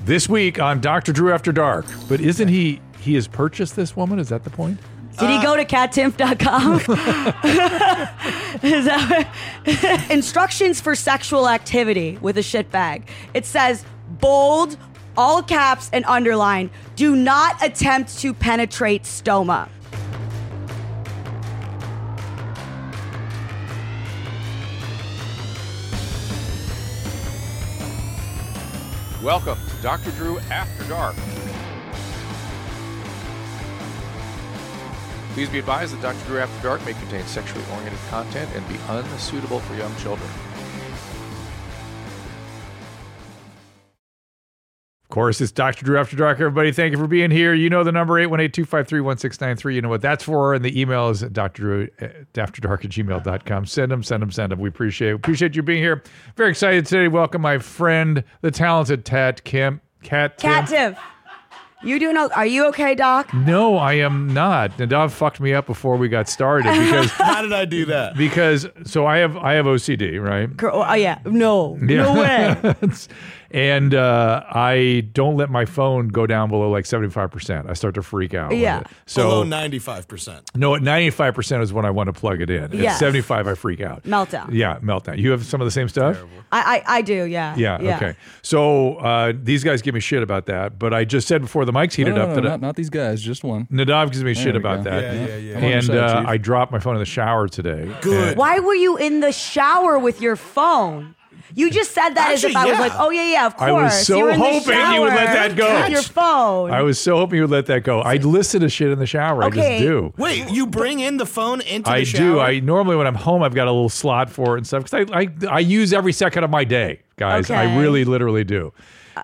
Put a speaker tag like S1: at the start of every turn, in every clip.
S1: This week on Dr. Drew After Dark. But isn't he, he has purchased this woman? Is that the point?
S2: Did he go to cattimp.com? Is that instructions for sexual activity with a shit bag? It says bold, all caps, and underline. Do not attempt to penetrate stoma.
S3: Welcome to Dr. Drew After Dark. Please be advised that Dr. Drew After Dark may contain sexually oriented content and be unsuitable for young children.
S1: Of course, it's Dr. Drew After Dark, everybody. Thank you for being here. You know the number 818 253 1693. You know what that's for. And the email is at drdrew after dark at gmail.com. Send them, send them, send them. We appreciate Appreciate you being here. Very excited today. Welcome my friend, the talented Tat Kim. Cat Tim.
S2: Cattimp. You do know? Are you okay, Doc?
S1: No, I am not. Nadav fucked me up before we got started because
S4: How did I do that?
S1: because so I have I have OCD, right?
S2: Girl, Oh yeah. No. No way.
S1: and uh, I don't let my phone go down below like 75%. I start to freak out. with
S2: Yeah.
S1: it. So,
S4: Below ninety five percent.
S1: no, at 95% is when I want to plug it in. At
S2: Yes.
S1: 75, I freak out.
S2: Meltdown.
S1: Yeah, meltdown. You have some of the same stuff?
S2: I, I I do. Yeah.
S1: Yeah, okay. So uh, these guys give me shit about that, but I just said before the mics
S5: No,
S1: heated
S5: no,
S1: up
S5: no,
S1: that
S5: not, not these guys, just one.
S1: Nadav gives me shit
S5: we
S1: about
S5: go.
S1: that.
S4: Yeah, yeah, yeah.
S5: I'm on your
S1: And
S5: side,
S1: uh,
S5: Chief.
S1: I dropped my phone in the shower today.
S4: Good.
S2: Why were you in the shower with your phone? You just said that as if
S4: Actually,
S2: I was
S4: yeah.
S2: like, oh yeah, yeah, of course.
S1: I was so
S2: you were in the
S1: hoping you would let
S2: shower
S1: that go.
S2: With your phone.
S1: I was so hoping you would let that go. I listen to shit in the shower. I
S2: Okay.
S1: just do.
S4: Wait, you bring in the phone into
S1: I
S4: the
S1: do.
S4: shower?
S1: I normally when I'm home, I've got a little slot for it and stuff because I, I I use every second of my day, guys. I
S2: Okay.
S1: really literally do,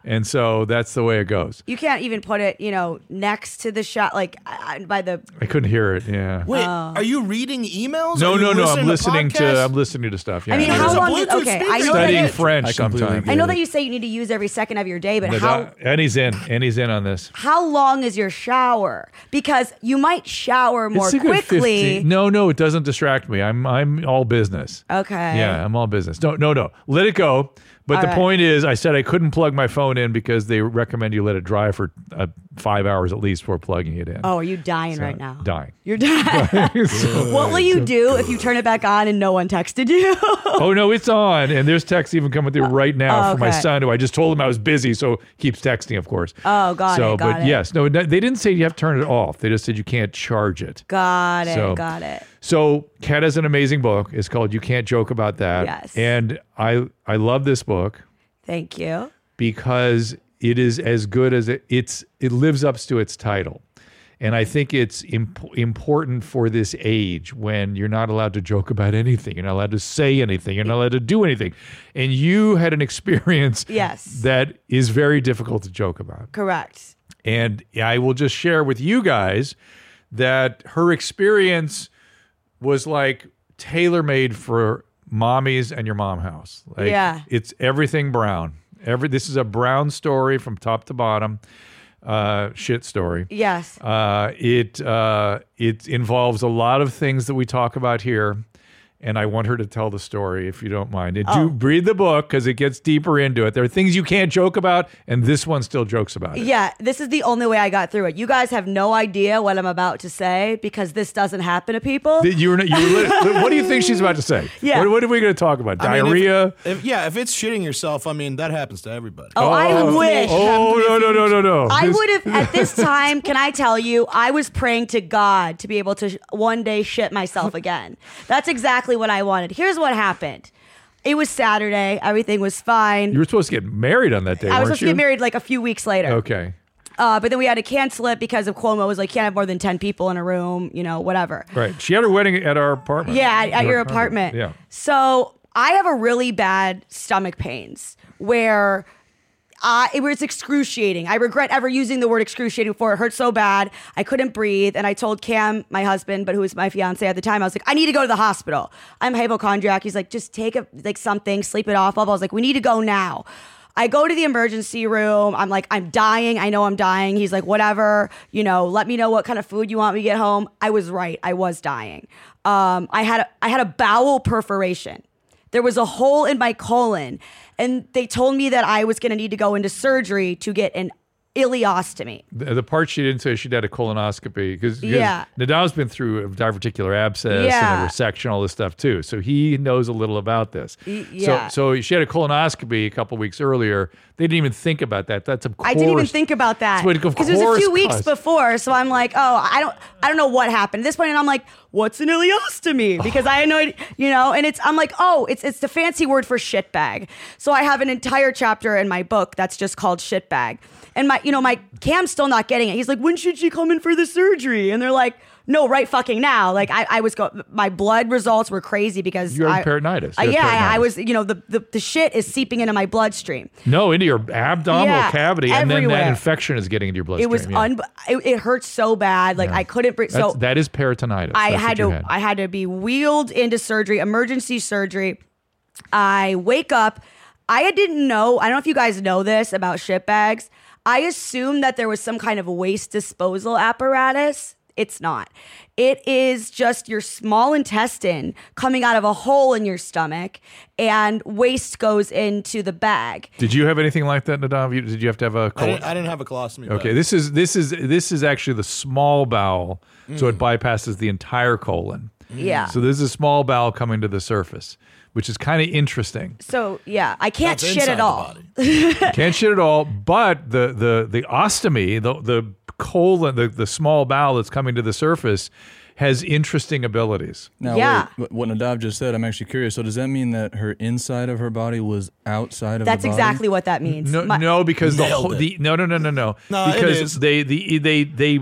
S1: and so that's the way it goes.
S2: you can't even put it, you know, next to the shot, like I- I- by the. oh.
S1: I couldn't hear it. Yeah.
S4: Wait, are you reading emails?
S1: no,
S4: Are you
S1: no, no. I'm listening to
S4: podcasts?
S1: I'm listening to stuff. Yeah.
S2: I mean,
S1: yeah.
S2: how
S4: a
S2: long? Did,
S4: Bluetooth
S2: okay,
S4: speaker.
S2: I know, that
S1: studying
S2: it,
S1: French
S5: I completely
S1: sometimes.
S2: I know that you say you need to use every second of your day, but
S1: And
S2: how
S1: I- and he's in. And he's in on this.
S2: how long is your shower? Because you might shower more
S1: It's a good
S2: quickly.
S1: 15 No, no, it doesn't distract me. I'm I'm all business.
S2: Okay.
S1: Yeah, I'm all business. No, no, no. Let it go. But
S2: All
S1: the
S2: right.
S1: point is, I said I couldn't plug my phone in because they recommend you let it dry for uh, five hours at least before plugging it in.
S2: Oh, are you dying right now?
S1: dying.
S2: You're dying.
S1: So-
S2: what will you do if you turn it back on and no one texted you?
S1: oh no, it's on, and there's text even coming through right now
S2: oh,
S1: for my
S2: okay.
S1: son, who I just told him I was busy, so keeps texting, of course.
S2: Oh, got
S1: so,
S2: it, got
S1: but
S2: it.
S1: yes, no, they didn't say you have to turn it off. They just said you can't charge it.
S2: got it.
S1: So-
S2: got it.
S1: So Kat has an amazing book. It's called You Can't Joke About That.
S2: Yes.
S1: And I I love this book
S2: Thank you.
S1: because it is as good as it, it's it lives up to its title. And I think it's imp- important for this age when you're not allowed to joke about anything, you're not allowed to say anything, you're not allowed to do anything. And you had an experience
S2: Yes.
S1: that is very difficult to joke about.
S2: Correct.
S1: And I will just share with you guys that her experience was like tailor made for mommies and your mom house. Like,
S2: Yeah.
S1: It's everything brown. Every this is a brown story from top to bottom. Uh, shit story.
S2: Yes.
S1: Uh, it uh, it involves a lot of things that we talk about here, and I want her to tell the story if you don't mind. And
S2: Oh.
S1: Do read the book because it gets deeper into it. There are things you can't joke about, and this one still jokes about it.
S2: Yeah, this is the only way I got through it. You guys have no idea what I'm about to say because this doesn't happen to people.
S1: That You were, not- you were lit- what do you think she's about to say?
S2: Yeah.
S1: What, what are we going to talk about?
S4: I mean, if-
S1: Diarrhea?
S4: if- yeah, if it's shitting yourself, I mean that happens to everybody.
S2: oh, I wish.
S1: Oh, no, no, no, no, no.
S2: I
S1: This-
S2: would have, at this time, can I tell you, I was praying to God to be able to sh- one day shit myself again. That's exactly what I wanted. Here's what happened it was Saturday, everything was fine.
S1: You were supposed to get married on that day,
S2: I
S1: weren't
S2: was supposed
S1: you?
S2: to get married like a few weeks later.
S1: Okay.
S2: Uh, but then we had to cancel it because of Cuomo was like, can't have more than 10 people in a room, you know, whatever.
S1: Right. She had her wedding at our apartment.
S2: Yeah, at, at your
S1: Our
S2: apartment.
S1: Yeah.
S2: So I have a really bad stomach pains where I it was excruciating. I regret ever using the word excruciating before. It hurt so bad. I couldn't breathe. And I told Cam, my husband, but who was my fiance at the time, I was like, I need to go to the hospital. I'm hypochondriac. He's like, just take a, like something, sleep it off. I was like, we need to go now. I go to the emergency room. I'm like, I'm dying. I know I'm dying. He's like, whatever, you know, let me know what kind of food you want me to get home. I was right. I was dying. Um, I had a, I had a bowel perforation There was a hole in my colon, and they told me that I was going to need to go into surgery to get an ileostomy.
S1: The, the part she didn't say she'd had a colonoscopy because
S2: Yeah.
S1: Nadal's been through a diverticular abscess and
S2: Yeah.
S1: a resection, all this stuff too. So he knows a little about this.
S2: Y- yeah.
S1: So, so she had a colonoscopy a couple weeks earlier. They didn't even think about that. That's of course.
S2: I didn't even think about that
S1: That's what- of
S2: because it was a
S1: course
S2: few weeks
S1: caused-
S2: before. So I'm like, oh, I don't, I don't know what happened at this point, and I'm like, what's an ileostomy? Because I had no, idea, you know, and it's, I'm like, oh, it's, it's the fancy word for shitbag. So I have an entire chapter in my book that's just called shitbag, and my, you know, my Cam's still not getting it. He's like, when should she come in for the surgery? And they're like. No, right fucking now. Like I, I was go my blood results were crazy because
S1: You had
S2: I-
S1: peritonitis.
S2: I-
S1: You had
S2: yeah, I-
S1: peritonitis.
S2: I was you know, the, the, the shit is seeping into my bloodstream.
S1: No, into your abdominal
S2: Yeah,
S1: cavity, and then that
S2: everywhere.
S1: infection is getting into your bloodstream.
S2: it was
S1: yeah.
S2: un it, it hurt so bad like i couldn't breathe
S1: That's,
S2: so
S1: that is peritonitis.
S2: i
S1: That's what
S2: had
S1: you
S2: to i had to be wheeled into surgery emergency surgery i wake up i didn't know i don't know if you guys know this about shit bags i assumed that there was some kind of waste disposal apparatus it's not it is just your small intestine coming out of a hole in your stomach and waste goes into the bag
S1: Did you have anything like that, Nadav? You- Did you have to have a
S4: I
S1: colon?
S4: didn't, I didn't have a colostomy. but-
S1: Okay, this is this is this is actually the small bowel, so it
S4: Mm.
S1: bypasses the entire colon.
S2: Mm. yeah
S1: So this is a small bowel coming to the surface, which is kind of interesting.
S2: so yeah i can't
S4: That's
S2: shit
S4: inside
S2: at
S4: the
S2: all
S4: body.
S1: Can't shit at all, but the the the ostomy, the the colon, the, the small bowel that's coming to the surface has interesting abilities.
S5: Now,
S2: Yeah.
S5: wait, what Nadav just said, I'm actually curious. So, does that mean that her inside of her body was outside of
S2: That's
S5: the body?
S2: exactly what that means.
S1: No,
S2: My-
S1: no, Oh, because the,
S4: Nailed
S1: whole,
S4: it.
S1: the no, no, no, no, no.
S4: No, it
S1: because
S4: is.
S1: they the they they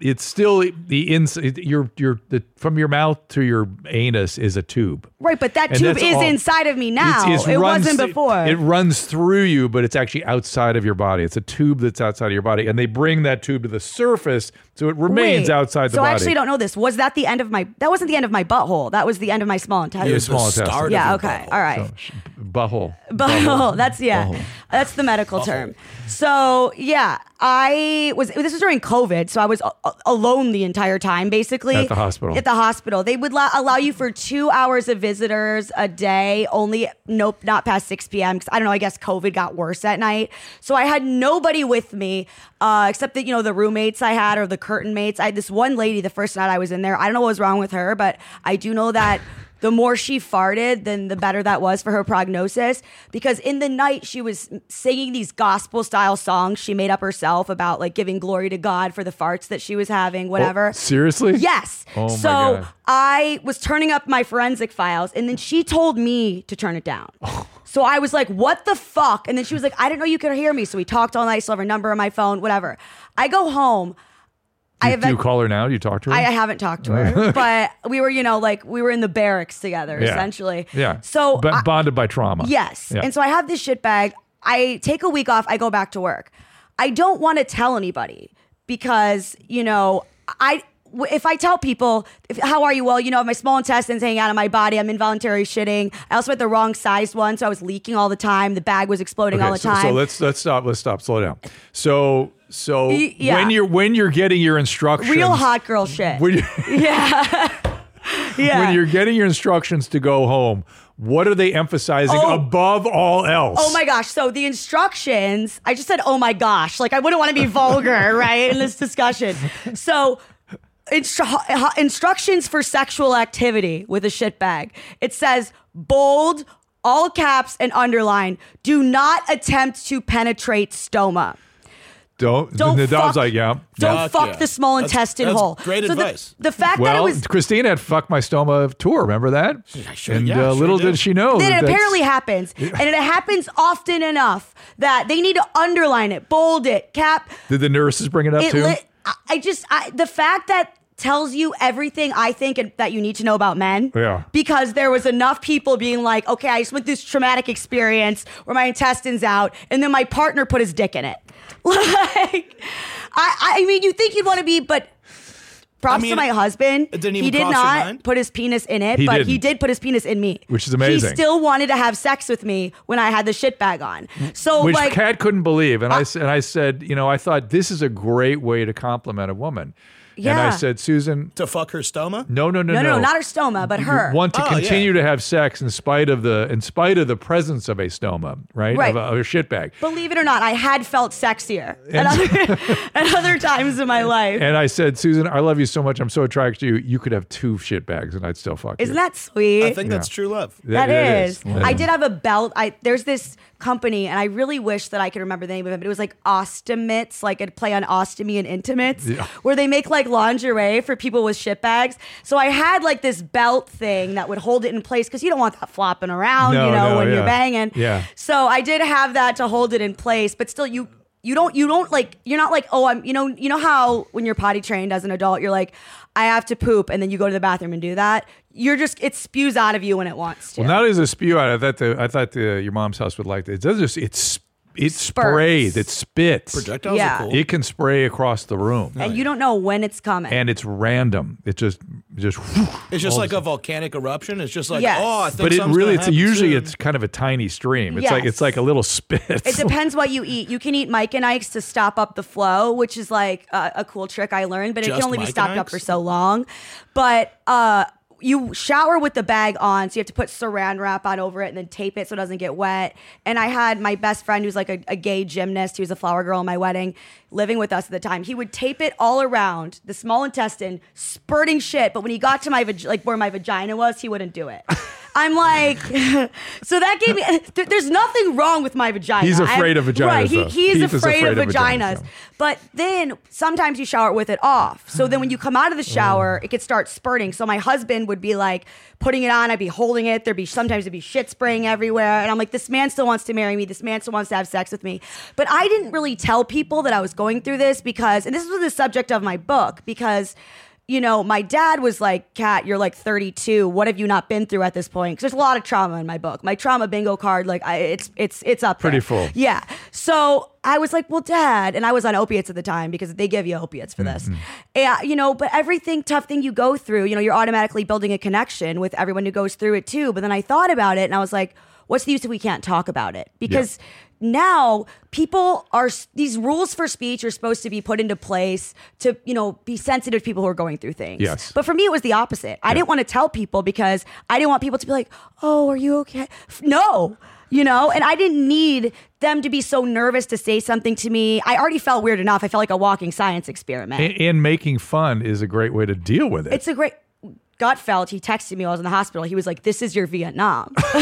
S1: it's still the inside your your the from your mouth to your anus is a tube.
S2: Right, but that
S1: And
S2: tube
S1: that's
S2: is
S1: all-
S2: inside of me now.
S1: It's-
S2: it
S1: runs
S2: wasn't
S1: thi-
S2: before.
S1: It runs through you, but it's actually outside of your body. It's a tube that's outside of your body, and they bring that tube to the surface, so it remains
S2: Wait,
S1: outside the
S2: so
S1: body.
S2: I actually don't know this. Was that the end of my? That wasn't the end of my butthole. That was the end of my small intestine.
S1: It was small
S4: The
S1: intestine.
S4: start of
S2: yeah.
S4: your
S2: Okay.
S4: butthole.
S2: All right.
S1: Sh- Butthole.
S2: Butthole. That's yeah. That's the medical term. So yeah, I was. This was during COVID, so I was a- alone the entire time, basically
S1: At the hospital.
S2: At the hospital, they would lo- allow you for two hours of visitors a day, only nope, not past six p.m. Because I don't know. I guess COVID got worse at night, so I had nobody with me uh, except that you know the roommates I had or the curtain mates. I had this one lady the first night I was in there. I don't know what was wrong with her, but I do know that. the more she farted, then the better that was for her prognosis. Because in the night, she was singing these gospel style songs she made up herself about like giving glory to God for the farts that she was having, whatever.
S1: Oh, seriously?
S2: Yes.
S1: Oh my
S2: so
S1: God.
S2: I was turning up my forensic files, and then she told me to turn it down.
S1: Oh.
S2: so I was like, "What the fuck?" And then she was like, "I didn't know you could hear me." So we talked all night. Still have her number on my phone, whatever. I go home. I
S1: Do you
S2: event-
S1: call her now? Do you talk to her?
S2: I, I haven't talked to her, but we were, you know, like we were in the barracks together,
S1: Yeah.
S2: essentially.
S1: Yeah.
S2: So
S1: but
S2: I-
S1: bonded by trauma.
S2: Yes.
S1: Yeah.
S2: And so I have this shit bag. I take a week off. I go back to work. I don't want to tell anybody because you know I. w- If I tell people, if, how are you? Well, you know, my small intestines hanging out of my body. I'm involuntary shitting. I also had the wrong sized one, so I was leaking all the time. The bag was exploding all the
S1: so,
S2: time.
S1: so let's let's stop. Let's stop. Slow down. So so
S2: Y- yeah.
S1: when you're when you're getting your instructions,
S2: Real hot girl shit.
S1: When you
S2: yeah.
S1: when you're getting your instructions to go home, what are they emphasizing
S2: Oh.
S1: above all else?
S2: Oh my gosh. So the instructions, I just said, oh my gosh. Like, I wouldn't want to be vulgar, right, in this discussion. So. Instru- instructions for sexual activity with a shit bag. It says bold, all caps, and underline. Do not attempt to penetrate stoma.
S1: Don't.
S2: Don't
S1: the
S2: fuck,
S1: was like, yeah.
S2: Don't
S1: yeah.
S4: Fuck
S2: fuck
S4: yeah.
S2: the small
S4: That's-
S2: intestine
S4: that's
S2: hole.
S4: great
S2: so the-
S4: advice.
S2: The, fact that it
S1: Well,
S2: was
S1: Christina had fucked my stoma tour. Remember that?
S4: sure-
S1: and
S4: yeah,
S1: uh,
S4: sure
S1: little
S4: did.
S1: did she know
S2: Then
S1: that
S2: it
S1: that's-
S2: apparently happens, and it happens often enough that they need to underline it, bold it, cap.
S1: Did the nurses bring it up
S2: it
S1: too?
S2: lit, I, I just I, the fact that tells you everything I think and, that you need to know about men.
S1: Yeah.
S2: Because there was enough people being like, okay, I just went through this traumatic experience where my intestines out, and then my partner put his dick in it. Like, I I mean, you think you'd want to be, but. Props
S4: mean,
S2: to my husband.
S4: it didn't even
S2: he did
S4: cross your
S2: not
S4: mind?
S2: put his penis in it,
S1: He
S2: but he
S1: didn't.
S2: did put his penis in me.
S1: Which is amazing.
S2: He still wanted to have sex with me when I had the shit bag on. So
S1: Which
S2: like
S1: Kat couldn't believe, and I s- and I said, you know, I thought this is a great way to compliment a woman. And I
S2: Yeah.
S1: said, Susan,
S4: to fuck her stoma.
S1: no, no, no,
S2: No,
S1: no,
S2: no, not her stoma, but her.
S1: want to
S4: Oh, yeah.
S1: continue to have sex in spite of the in spite of the presence of a stoma, right?
S2: Right.
S1: Of a, of a shitbag.
S2: Believe it or not, I had felt sexier at other, at other times in my life.
S1: And I said, Susan, I love you so much. I'm so attracted to you. You could have two shitbags and I'd still fuck
S2: Isn't
S1: you.
S2: that sweet?
S4: I think that's true love.
S1: That-
S2: that
S1: it
S2: is.
S1: is.
S2: I did have a belt. I there's this company, and I really wish that I could remember the name of it, but it was like Ostomates, like a play on ostomy and intimates,
S1: Yeah.
S2: where they make like lingerie for people with shit bags. So I had like this belt thing that would hold it in place because you don't want that flopping around,
S1: No,
S2: you know,
S1: no,
S2: when
S1: yeah.
S2: you're banging.
S1: Yeah.
S2: So I did have that to hold it in place, but still you you don't you don't like you're not like, oh I'm you know, you know how when you're potty trained as an adult, you're like, I have to poop and then you go to the bathroom and do that. You're just it spews out of you when it wants to.
S1: well, not as a spew out. I thought the I thought the your mom's house would like that. It does just it's it sprays, it spits.
S4: Projectiles
S2: Yeah.
S4: are cool.
S1: It can spray across the room.
S2: and you don't know when it's coming.
S1: and it's random. It just just
S4: It's just
S1: all
S4: like
S1: of
S4: a volcanic eruption. It's just like
S2: Yes.
S4: oh, I think
S1: but it
S4: something's
S1: really
S4: gonna
S1: it's
S4: happen
S1: usually
S4: soon.
S1: it's kind of a tiny stream. It's like
S2: Yes.
S1: it's like a little spit.
S2: it depends what you eat. You can eat Mike and Ike's to stop up the flow, which is like a, a cool trick I learned, but it
S4: Just
S2: can only
S4: Mike
S2: be
S4: and
S2: stopped up for
S4: Ike's?
S2: so long. But uh, you shower with the bag on, so you have to put saran wrap on over it and then tape it so it doesn't get wet. And I had my best friend who's like a, a gay gymnast, he was a flower girl in my wedding, living with us at the time. He would tape it all around the small intestine, spurting shit. But when he got to my vag- like where my vagina was, he wouldn't do it. I'm like, so that gave me. there- there's nothing wrong with my vagina.
S1: He's
S2: I'm-
S1: afraid of vaginas,
S2: Right, he,
S1: though.
S2: he is
S1: Keith is
S2: afraid,
S1: afraid
S2: of
S1: of vaginas,
S2: vaginas.
S1: yeah.
S2: But then sometimes you shower with it off. So then when you come out of the shower, it could start spurting. So my husband would be like putting it on. I'd be holding it. There'd be sometimes it'd be shit spraying everywhere. And I'm like, this man still wants to marry me. This man still wants to have sex with me. But I didn't really tell people that I was going through this because, and this was the subject of my book because you know, my dad was like, Kat, you're like 32. What have you not been through at this point? Because there's a lot of trauma in my book. My trauma bingo card, like, I, it's it's it's up
S1: Pretty
S2: there.
S1: full.
S2: Yeah. So I was like, well, dad, and I was on opiates at the time because they give you opiates for this. Yeah, you know, but everything tough thing you go through, you know, you're automatically building a connection with everyone who goes through it too. But then I thought about it and I was like, what's the use if we can't talk about it? Because now people are these rules for speech are supposed to be put into place to you know be sensitive to people who are going through things
S1: Yes.
S2: but for me it was the opposite i didn't want to tell people because i didn't want people to be like oh are you okay F- no you know and i didn't need them to be so nervous to say something to me i already felt weird enough i felt like a walking science experiment
S1: and, and making fun is a great way to deal with it.
S2: it's a great Gottfeld, he texted me while I was in the hospital. He was like, This is your Vietnam.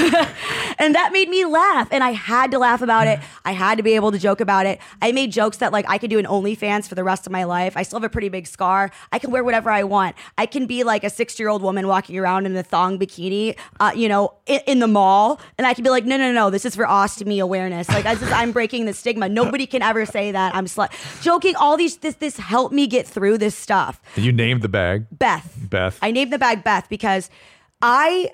S2: and that made me laugh. And I had to laugh about it. I had to be able to joke about it. I made jokes that, like, I could do an OnlyFans for the rest of my life. I still have a pretty big scar. I can wear whatever I want. I can be like a 60 year old woman walking around in a thong bikini, uh, you know, in, in the mall. And I could be like, No, no, no, this is for ostomy awareness. Like, I just, I'm breaking the stigma. Nobody can ever say that. I'm slut. Joking, all these, this, this helped me get through this stuff.
S1: you named the bag.
S2: Beth.
S1: Beth.
S2: I named the bag Beth because I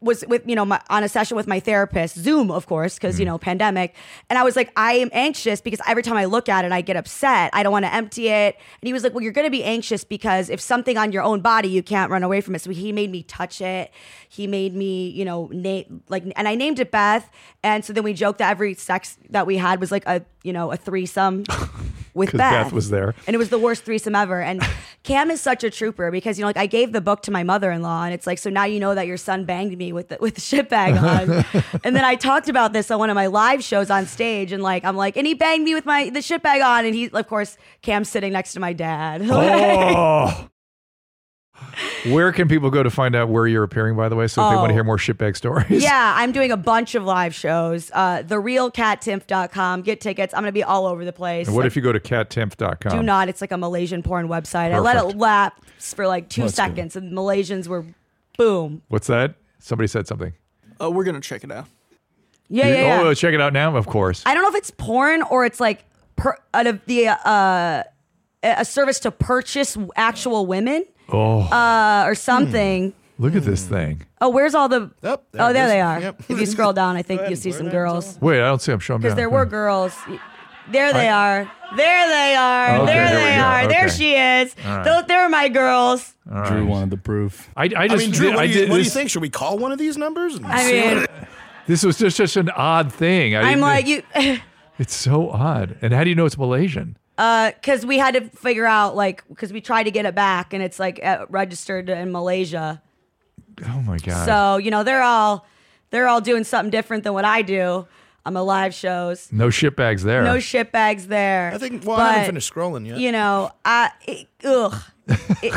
S2: was with you know my, on a session with my therapist zoom of course because you know pandemic and i was like i am anxious because every time i look at it i get upset i don't want to empty it and he was like well you're going to be anxious because if something on your own body you can't run away from it so he made me touch it he made me you know name like and i named it beth and so then we joked that every sex that we had was like a you know a threesome with
S1: 'Cause
S2: beth
S1: Beth was there.
S2: and it was the worst threesome ever. And Cam is such a trooper because you know, like I gave the book to my mother-in-law, and it's like, so now you know that your son banged me with the, with the shit bag on. and then I talked about this on one of my live shows on stage, and like I'm like, and he banged me with my the shit bag on, and he, of course, Cam's sitting next to my dad.
S1: Oh. Where can people go to find out where you're appearing, by the way, so if they want to
S2: Oh.
S1: hear more shitbag stories?
S2: Yeah, I'm doing a bunch of live shows. Uh, TheRealCatTimp.com. Get tickets. I'm going to be all over the place.
S1: And what if you go to cattemp.com?
S2: Do not. It's like a Malaysian porn website. I let
S1: Perfect.
S2: it lapse for like two
S5: Let's go.
S2: seconds, and Malaysians were boom.
S1: What's that? Somebody said something.
S6: Oh, we're gonna check it out.
S2: Yeah, yeah, yeah.
S1: oh, check it out now, of course.
S2: I don't know if it's porn or it's like per, out of the uh, a service to purchase actual women
S1: oh, Hmm.
S2: uh, or something.
S1: look at this thing.
S2: Oh, where's all the?
S4: Yep, there
S2: oh,
S4: it
S2: there
S4: is.
S2: they are.
S4: Yep.
S2: If you scroll down, I think
S4: ahead
S2: you
S4: and
S2: see
S4: blur
S2: some
S4: that
S2: girls
S1: Wait, I don't see. I'm showing
S2: because
S1: down.
S2: there were
S1: Hmm.
S2: girls. There they
S1: I-
S2: are. There they are.
S1: Okay,
S2: there
S1: here we
S2: they
S1: go.
S2: are. There
S1: Okay.
S2: she is.
S1: right.
S2: Those, they're my girls.
S5: Drew wanted the proof.
S1: I, I
S4: I
S1: just
S4: mean, Drew,
S1: did-
S4: what,
S1: I
S4: do you,
S1: did
S4: what do you
S1: this-
S4: think? Should we call one of these numbers? and
S2: I
S4: see what-
S2: mean,
S1: This was just such an odd thing. I
S2: I'm
S1: didn't-
S2: like you.
S1: It's so odd. And how do you know it's Malaysian?
S2: because uh, we had to figure out like because we tried to get it back and it's like uh, registered in Malaysia.
S1: Oh my god.
S2: So you know they're all they're all doing something different than what I do on my live shows.
S1: no shit bags there.
S2: No shit bags there.
S4: I think. Well, I
S2: But,
S4: haven't finished scrolling yet.
S2: You know, I it, ugh. it,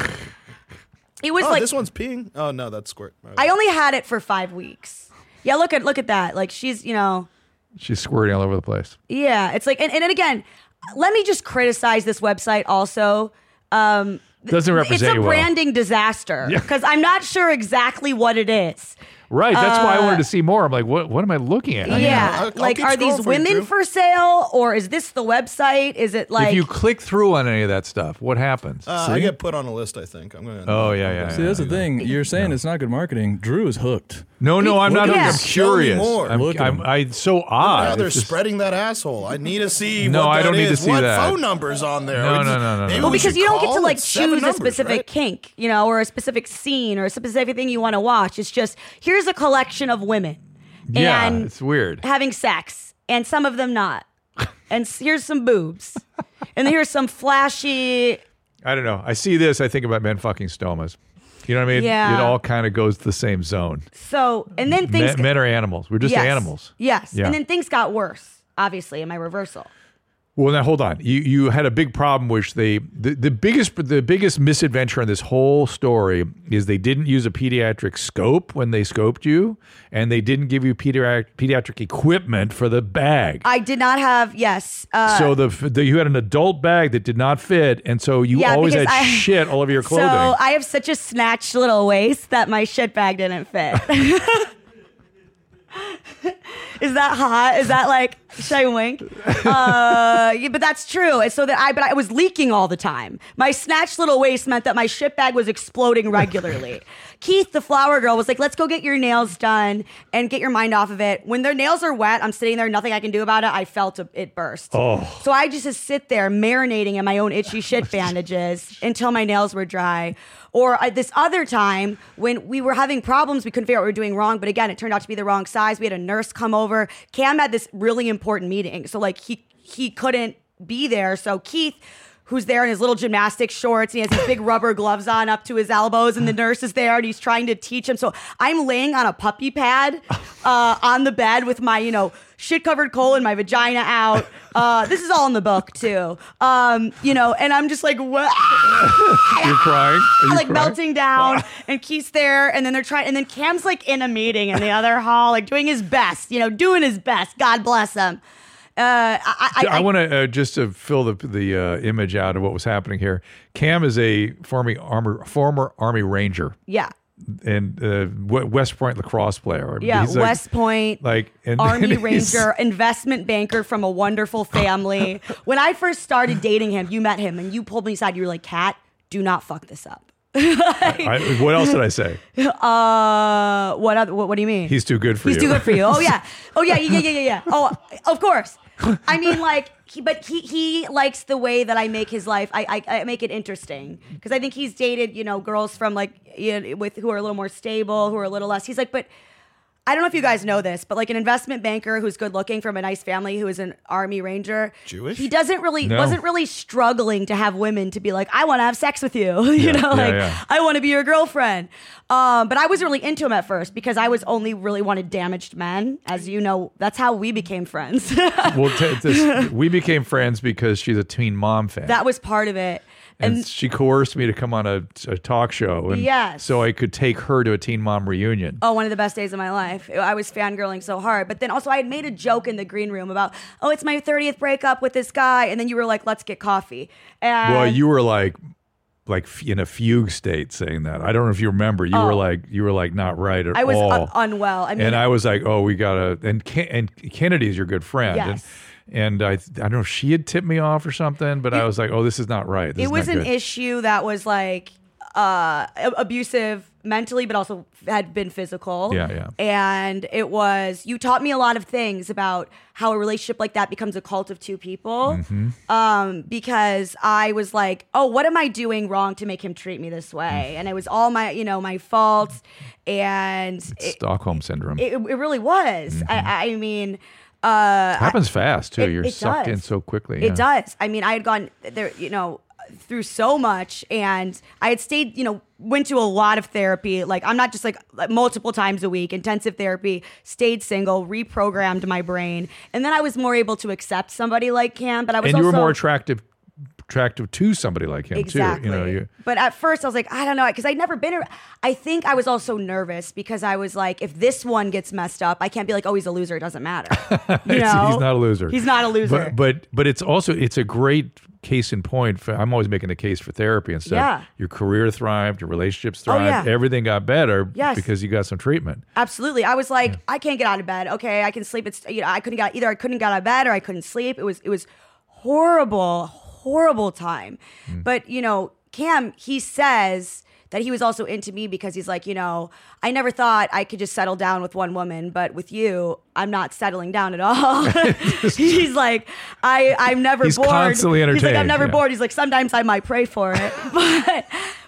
S2: it was
S4: oh,
S2: like
S4: this one's peeing. Oh no, that's squirt.
S2: I only had it for five weeks. Yeah, look at look at that. Like she's you know
S1: She's squirting all over the place.
S2: Yeah, it's like, and, and then again, let me just criticize this website also. Um, th-
S1: Doesn't represent
S2: It's a
S1: you well.
S2: branding disaster
S1: Yeah.
S2: because I'm not sure exactly what it is. Uh,
S1: Right. That's why I wanted
S4: Uh,
S1: to see more. I'm like, what? What am I looking at?
S2: yeah,
S4: I'll- I'll
S2: like
S4: keep
S2: are these
S4: scrolling for you,
S2: women
S4: Drew.
S2: for sale or is this the website? Is it like
S1: if you click through on any of that stuff, what happens?
S4: Uh, I get put on a list. I think I'm gonna.
S1: oh yeah, yeah.
S5: See,
S1: yeah,
S5: that's the
S1: yeah.
S5: thing. You're saying it's not good marketing. Drew is hooked.
S1: No, no, I'm
S2: Look
S1: not.
S2: at
S1: I'm
S2: him.
S1: curious.
S4: Show me more.
S1: I'm,
S5: Look at
S1: I'm,
S5: him.
S1: I, it's so odd.
S4: Now they're
S1: It's just-
S4: spreading that asshole. I need to see.
S1: Ah, No,
S4: what
S1: I
S4: that
S1: don't need to
S4: is.
S1: see
S4: what
S1: that.
S4: phone numbers on there.
S1: No,
S4: It's-
S1: no, no, no,
S4: maybe
S1: no.
S2: Well,
S4: we
S2: because
S4: should
S2: you don't get to
S4: call
S2: like
S4: it seven
S2: choose a
S4: numbers,
S2: specific
S4: right?
S2: kink, you know, or a specific scene or a specific thing you want to watch. It's just here's a collection of women.
S1: yeah,
S2: and
S1: it's weird.
S2: having sex, and some of them not. And s- here's some boobs, and here's some flashy.
S1: I don't know. I see this. I think about men fucking stomas. You know what I mean?
S2: Yeah.
S1: It all kind of goes to the same zone.
S2: So, and then things.
S1: Men, men are animals. We're just
S2: yes,
S1: animals.
S2: Yes,
S1: Yeah.
S2: and then things got worse. Obviously, in my reversal.
S1: Well, now hold on. You you had a big problem, which they the, the biggest the biggest misadventure in this whole story is they didn't use a pediatric scope when they scoped you, and they didn't give you pediatric pediatric equipment for the bag.
S2: I did not have yes. Uh,
S1: so the, the you had an adult bag that did not fit, and so you
S2: Yeah,
S1: always had
S2: because I-
S1: shit all over your
S2: so
S1: clothing.
S2: I have such a snatched little waist that my shit bag didn't fit. Is that hot? Is that like should I wink? Uh, yeah, but that's true. And so that I, but I was leaking all the time. My snatched little waist meant that my shit bag was exploding regularly. Keith, the flower girl, was like, "Let's go get your nails done and get your mind off of it." When their nails are wet, I'm sitting there, nothing I can do about it. I felt a- it burst. Oh. So I just, just sit there marinating in my own itchy shit bandages until my nails were dry. Or uh, this other time when we were having problems, we couldn't figure out what we were doing wrong. But again, it turned out to be the wrong size. We had a nurse come over. Cam had this really important meeting, so like he he couldn't be there. So Keith. Who's there in his little gymnastics shorts? And he has these big rubber gloves on up to his elbows, and the nurse is there, and he's trying to teach him. So I'm laying on a puppy pad uh, on the bed with my, you know, shit covered coal and my vagina out. Uh, this is all in the book too, um, you know. And I'm just like, what?
S1: You're crying. Are you
S2: like
S1: crying?
S2: melting down and Keith's there and then they're trying and then Cam's like in a meeting in the other hall like doing his best you know doing his best God bless him uh, I, I,
S1: I, want to uh, just to fill the the uh, image out of what was happening here. Cam is a former army former Army Ranger
S2: yeah
S1: and uh, we- West Point lacrosse player.
S2: yeah
S1: He's like-
S2: West Point
S1: like and
S2: Army
S1: and he's-
S2: Ranger investment banker from a wonderful family when I first started dating him you met him and you pulled me aside you were like Kat do not fuck this up
S1: I, what else did I say?
S2: uh what other, what, what do you mean
S1: He's too good for
S2: He's
S1: you.
S2: too good for you. Oh yeah. Oh yeah. Yeah. Yeah. Yeah. Yeah. Oh, of course. I mean, like, he, but he he likes the way that I make his life. I I, I make it interesting because I think he's dated you know girls from like you know, with who are a little more stable, who are a little less. He's like, but I don't know if you guys know this, but like an investment banker who's good looking from a nice family who is an army ranger.
S4: Jewish?
S2: He doesn't really
S1: No.
S2: wasn't really struggling to have women to be like, I want to have sex with you. you know,
S1: yeah,
S2: like
S1: yeah.
S2: I want to be your girlfriend. Um, but I was really into him at first because I was only really wanted damaged men. As you know, that's how we became friends.
S1: well, t- this, we became friends because she's a Teen Mom fan,
S2: that was part of it.
S1: and,
S2: And,
S1: she coerced me to come on a, a talk show, and
S2: Yes.
S1: so I could take her to a Teen Mom reunion.
S2: oh, one of the best days of my life. I was fangirling so hard. But then also, I had made a joke in the green room about, oh, it's my 30th breakup with this guy. And then you were like, let's get coffee. And
S1: Well, you were like, like f- in a fugue state saying that. I don't know if you remember. You were
S2: Oh.
S1: like, you were like not right at
S2: I was uh,
S1: all.
S2: un- unwell. I mean,
S1: and I was like, oh, we gotta. And Ken- and Kennedy's your good friend.
S2: Yes.
S1: And, and I, I don't know if she had tipped me off or something, but I was like, oh, this is not right. This is
S2: it was
S1: not
S2: an
S1: good.
S2: issue that was like uh, a- abusive mentally, but also had been physical.
S1: Yeah, yeah.
S2: And it was you taught me a lot of things about how a relationship like that becomes a cult of two people.
S1: Mm-hmm.
S2: Um, because I was like, oh, what am I doing wrong to make him treat me this
S1: Mm.
S2: way? And it was all my, you know, my fault. And it,
S1: Stockholm syndrome. Mm-hmm.
S2: it, it really was. I, I mean, uh,
S1: It happens fast too.
S2: It-
S1: You're
S2: it
S1: sucked
S2: does.
S1: in so quickly. yeah.
S2: It does. I mean, I had gone there, you know, through so much, and I had stayed, you know, went to a lot of therapy. Like I'm not just like like, multiple times a week, intensive therapy. Stayed single, reprogrammed my brain, and then I was more able to accept somebody like Cam. But I was
S1: And you
S2: also,
S1: were more attractive, attractive to somebody like him too.
S2: Exactly.
S1: You know, you,
S2: but at first I was like, I don't know, because I'd never been. ar- I think I was also nervous because I was like, if this one gets messed up, I can't be like, oh, he's a loser. It doesn't matter. You
S1: It's-
S2: know?
S1: he's not a loser.
S2: He's not a loser.
S1: But, but but it's also it's a great case in point. For, I'm always making a case for therapy and stuff.
S2: Yeah. Oh,
S1: Your career thrived, your relationships thrived,
S2: yeah.
S1: everything got better
S2: Yes.
S1: because you got some treatment.
S2: Absolutely. I was like, I can't get out of bed. Okay, I can sleep. It's you know, I couldn't get either. I couldn't get out of bed or I couldn't sleep. It was it was horrible, horrible time. But you know, Cam, he says that he was also into me because he's like, you know, I never thought I could just settle down with one woman, but with you, I'm not settling down at all. he's like, I I'm never
S1: He's
S2: bored.
S1: constantly
S2: He's like, I'm
S1: entertained,
S2: never
S1: yeah.
S2: bored. He's like, sometimes I might pray for it, but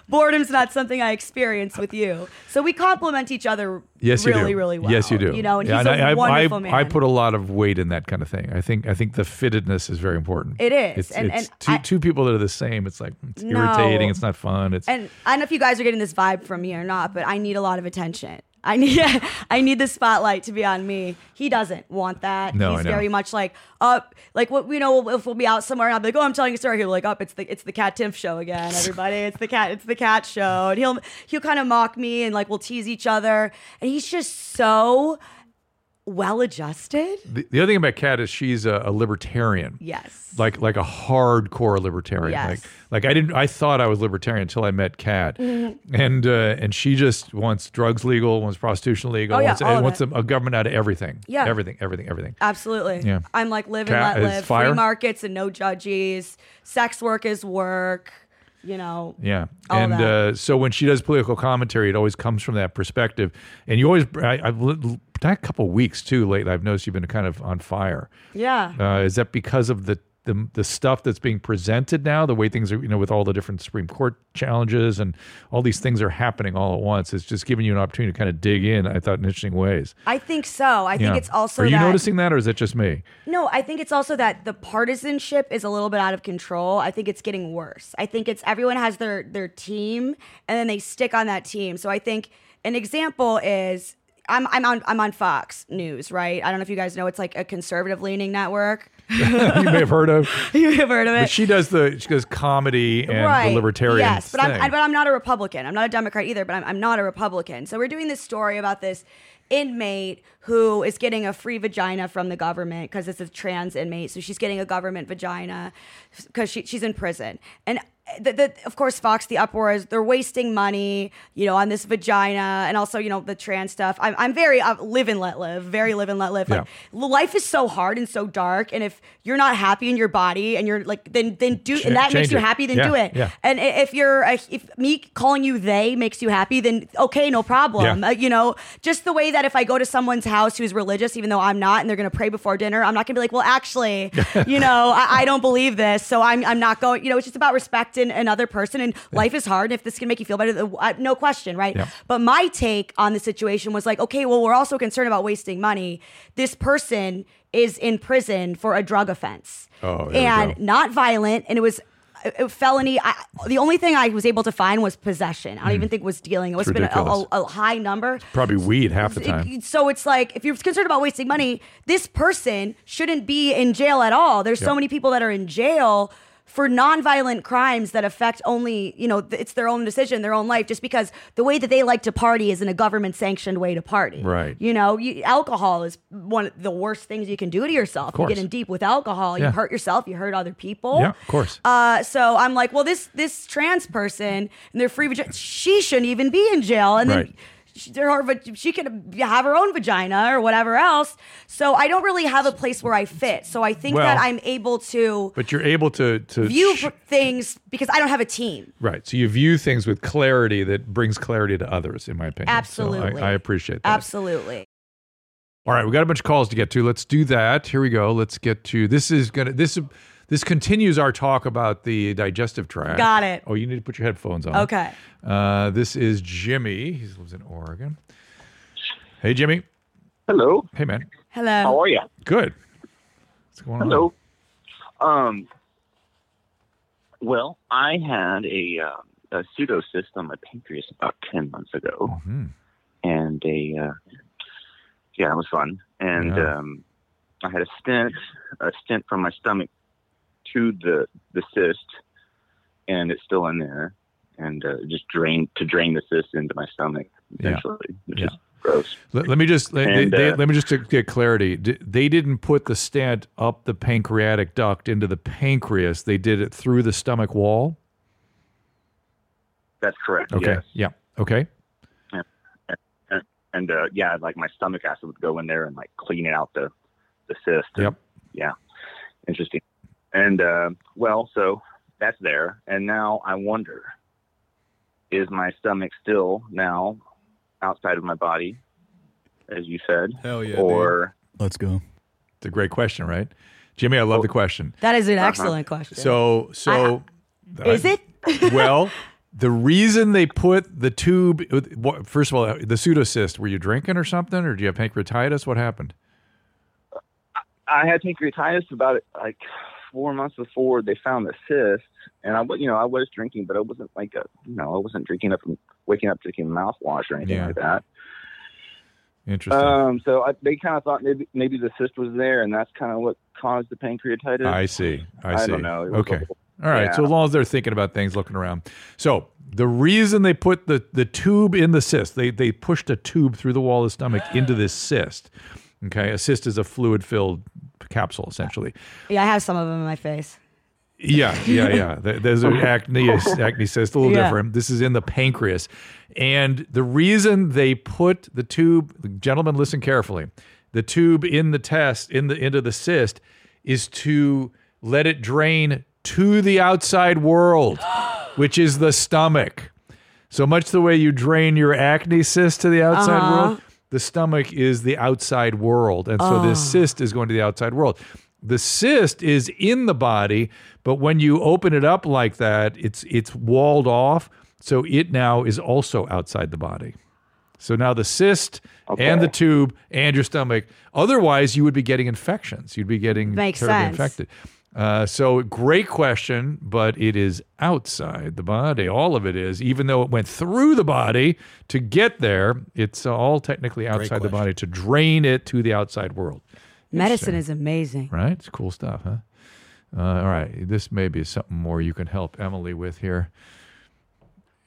S2: boredom's not something I experience with you. So we complement each other
S1: Yes,
S2: really,
S1: you do.
S2: really well.
S1: Yes, you do.
S2: You know, and
S1: Yeah,
S2: he's a
S1: I- I-
S2: wonderful
S1: I,
S2: man.
S1: I put a lot of weight in that kind of thing. I think I think the fittedness is very important.
S2: It is.
S1: It's,
S2: And-
S1: it's
S2: and
S1: two
S2: I-
S1: two people that are the same. It's like it's
S2: No.
S1: irritating. It's not fun. It's
S2: and I don't know if you guys are getting this vibe from me or not, but I need a lot of attention. I need I need the spotlight to be on me. He doesn't want that.
S1: No,
S2: He's
S1: I know.
S2: very much like up, like what you know. If we'll be out somewhere, and I'll be like, "Oh, I'm telling a story." He'll be like, "Up, it's the it's the Cat Tiff show again, everybody. It's the cat, it's the cat show." And he'll he'll kind of mock me and like we'll tease each other. And he's just so well adjusted.
S1: the, the other thing about Kat is she's a, a libertarian.
S2: Yes.
S1: like like a hardcore libertarian.
S2: Yes.
S1: Like like I didn't I thought I was libertarian until I met Kat,
S2: Mm-hmm.
S1: and uh, and she just wants drugs legal, wants prostitution legal,
S2: Oh, yeah,
S1: wants,
S2: all of
S1: wants
S2: it.
S1: a, a government out of everything.
S2: Yeah.
S1: everything, everything, everything.
S2: Absolutely.
S1: Yeah.
S2: I'm like live
S1: Cat
S2: and
S1: is
S2: let live.
S1: fire.
S2: Free markets and no judges. Sex work is work. You know.
S1: Yeah.
S2: All
S1: and
S2: that.
S1: Uh, so when she does political commentary, it always comes from that perspective. And you always, I, I've li- that couple weeks too lately, I've noticed you've been kind of on fire.
S2: Yeah.
S1: Uh, is that because of the, the the stuff that's being presented now, the way things are, you know, with all the different Supreme Court challenges and all these things are happening all at once? It's just giving you an opportunity to kind of dig in. I thought in interesting ways.
S2: I think so. I think
S1: Yeah.
S2: it's also
S1: Are you
S2: that
S1: noticing that, or is that just me?
S2: No, I think it's also that the partisanship is a little bit out of control. I think it's getting worse. I think it's everyone has their their team and then they stick on that team. So I think an example is I'm I'm on I'm on Fox News, right? I don't know if you guys know it's like a conservative leaning network.
S1: you may have heard of.
S2: you have heard of it.
S1: But she does the she does comedy and the libertarian.
S2: Yes, but
S1: thing.
S2: I'm but I'm not a Republican. I'm not a Democrat either. But I'm I'm not a Republican. So we're doing this story about this inmate who is getting a free vagina from the government because it's a trans inmate. So she's getting a government vagina because she, she's in prison. And eh, the, the, of course, Fox, the uproar is they're wasting money, you know, on this vagina and also, you know, the trans stuff. I'm, I'm very uh, live and let live, very live and let live. Like, Life is so hard and so dark. And if you're not happy in your body and you're like, then, then do, and that
S1: change
S2: makes you
S1: it.
S2: happy, then
S1: Yeah,
S2: do it.
S1: yeah.
S2: And i- if you're a, if me calling you they makes you happy, then okay, no problem.
S1: Yeah.
S2: Uh, you know, just the way that if I go to someone's house who's religious, even though I'm not, and they're gonna pray before dinner, I'm not gonna be like, well, actually, you know, I, I don't believe this, so I'm I'm not going. You know, it's just about respecting another person, and life is hard. And if this can make you feel better, th- I- no question, right?
S1: Yeah.
S2: But my take on the situation was like, okay, well, we're also concerned about wasting money. This person is in prison for a drug offense
S1: Oh, there we
S2: and
S1: go.
S2: not violent, and it was a a felony. I, the only thing I was able to find was possession. I don't even think it was dealing. It was been a,
S1: Hmm. ridiculous.
S2: a, a high number.
S1: probably weed half the time.
S2: It- so it's like if you're concerned about wasting money, this person shouldn't be in jail at all. There's
S1: Yeah.
S2: so many people that are in jail for nonviolent crimes that affect only you know th- it's their own decision, their own life. Just because the way that they like to party isn't a government sanctioned way to party.
S1: Right.
S2: You know, you, alcohol is one of the worst things you can do to yourself. You
S1: course.
S2: get in deep with alcohol,
S1: Yeah.
S2: you hurt yourself, you hurt other people.
S1: Yeah, of course.
S2: Uh, so I'm like, well, this this trans person and their free vagina, she shouldn't even be in jail, and
S1: Right.
S2: then. She, there are, vag- she could have her own vagina or whatever else. So I don't really have a place where I fit. So I think
S1: Well-
S2: that I'm able to
S1: but you're able to to
S2: view
S1: sh-
S2: things because I don't have a team.
S1: Right. So you view things with clarity that brings clarity to others, in my opinion. So I-
S2: Absolutely.
S1: I, appreciate that.
S2: Absolutely.
S1: All right, we got a bunch of calls to get to. Let's do that. Here we go. Let's get to this is gonna this this continues our talk about the digestive tract.
S2: Got it.
S1: Oh, you need to put your headphones on.
S2: Okay.
S1: Uh, this is Jimmy. He lives in Oregon. Hey Jimmy.
S6: Hello.
S1: Hey man.
S2: Hello.
S6: How are you?
S1: Good. What's going on?
S6: Hello. Um, well, I had a, uh, a pseudo cyst on my pancreas about 10 months ago.
S1: Mhm.
S6: And a, uh, yeah, it was fun. And
S1: Yeah.
S6: um, I had a stent, a stent from my stomach to the, the cyst, and it's still in there. And uh, just drain to drain the cyst into my stomach
S1: Yeah.
S6: eventually, which is
S1: Yeah.
S6: gross.
S1: Let, let me just let,
S6: And,
S1: they- they-
S6: uh,
S1: let me just to get clarity. D- they didn't put the stent up the pancreatic duct into the pancreas. They did it through the stomach wall.
S6: That's correct.
S1: Okay.
S6: Yes.
S1: Yeah. Okay.
S6: and uh, yeah, like my stomach acid would go in there and like clean out the the cyst.
S1: Yep.
S6: Yeah. Interesting. And uh, well, so that's there, and now I wonder: is my stomach still now outside of my body, as you said,
S4: Hell yeah. dude.
S6: or
S5: Let's go.
S1: It's a great question, right, Jimmy? I love
S6: Oh,
S1: the question.
S2: That is an
S6: Uh-huh.
S2: excellent question.
S1: So so
S2: is it?
S1: well, the reason they put the tube. what- First of all, the pseudocyst. Were you drinking or something, or do you have pancreatitis? What happened?
S6: I had pancreatitis about like four months before they found the cyst, and I, wa- you know, I was drinking, but I wasn't like a, you know, I wasn't drinking up, waking up drinking mouthwash or anything
S1: Yeah.
S6: like that.
S1: Interesting.
S6: Um, so I, they kind of thought maybe maybe the cyst was there, and that's kind of what caused the pancreatitis.
S1: I see. I see.
S6: don't know. It was
S1: Okay.
S6: a little-
S1: All right. So
S6: Yeah.
S1: as long as they're thinking about things, looking around. So the reason they put the, the tube in the cyst, they they pushed a tube through the wall of the stomach into this cyst. Okay. A cyst is a fluid filled capsule essentially.
S2: Yeah, I have some of them in my face.
S1: Yeah, yeah, yeah. Th- There's an acne acne cyst, a little
S2: Yeah.
S1: different. This is in the pancreas, and the reason they put the tube, gentlemen, listen carefully, the tube in the test in the into the cyst is to let it drain to the outside world, which is the stomach. So much the way you drain your acne cyst to the outside world, the stomach is the outside world. And so this cyst is going to the outside world. The cyst is in the body, but when you open it up like that, it's it's walled off. So it now is also outside the body. So now the cyst and the tube and your stomach. Otherwise, you would be getting infections. You'd be getting
S2: Makes
S1: terribly
S2: sense.
S1: infected. Uh, so great question, but it is outside the body. All of it is, even though it went through the body to get there. It's all technically outside the
S4: question.
S1: body to drain it to the outside world.
S2: Medicine is amazing.
S1: Right? It's cool stuff, huh? Uh, all right, this may be something more you can help Emily with here.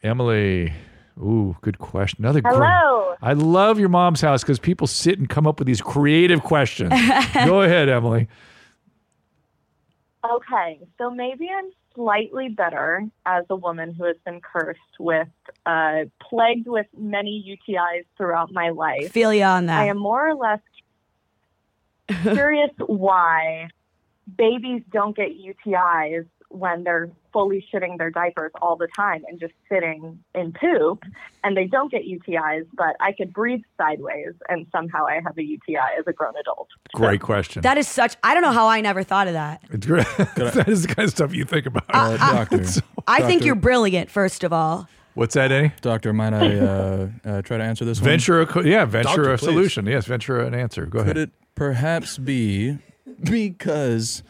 S1: Emily, ooh, good question. Another great-
S7: Hello.
S1: I love your mom's house because people sit and come up with these creative questions. Go ahead, Emily.
S7: Okay, so maybe I'm slightly better as a woman who has been cursed with, uh, plagued with many UTIs throughout my life.
S2: Feel you on that.
S7: I am more or less curious why babies don't get UTIs when they're fully shitting their diapers all the time and just sitting in poop and they don't get UTIs, but I could breathe sideways and somehow I have a UTI as a grown adult.
S1: Great question.
S2: that is such. I don't know how I never thought of that.
S1: It's great. that is the kind of stuff you think about.
S5: Uh, doctor,
S2: I think
S5: Doctor-
S2: you're brilliant, first of all.
S1: What's that, Eddie?
S5: doctor, might I uh, uh, try to answer this one?
S1: Venture a co- yeah, venture
S4: Doctor,
S1: a
S4: please.
S1: solution. Yes, venture an answer. Go
S5: Could
S1: ahead.
S5: it perhaps be because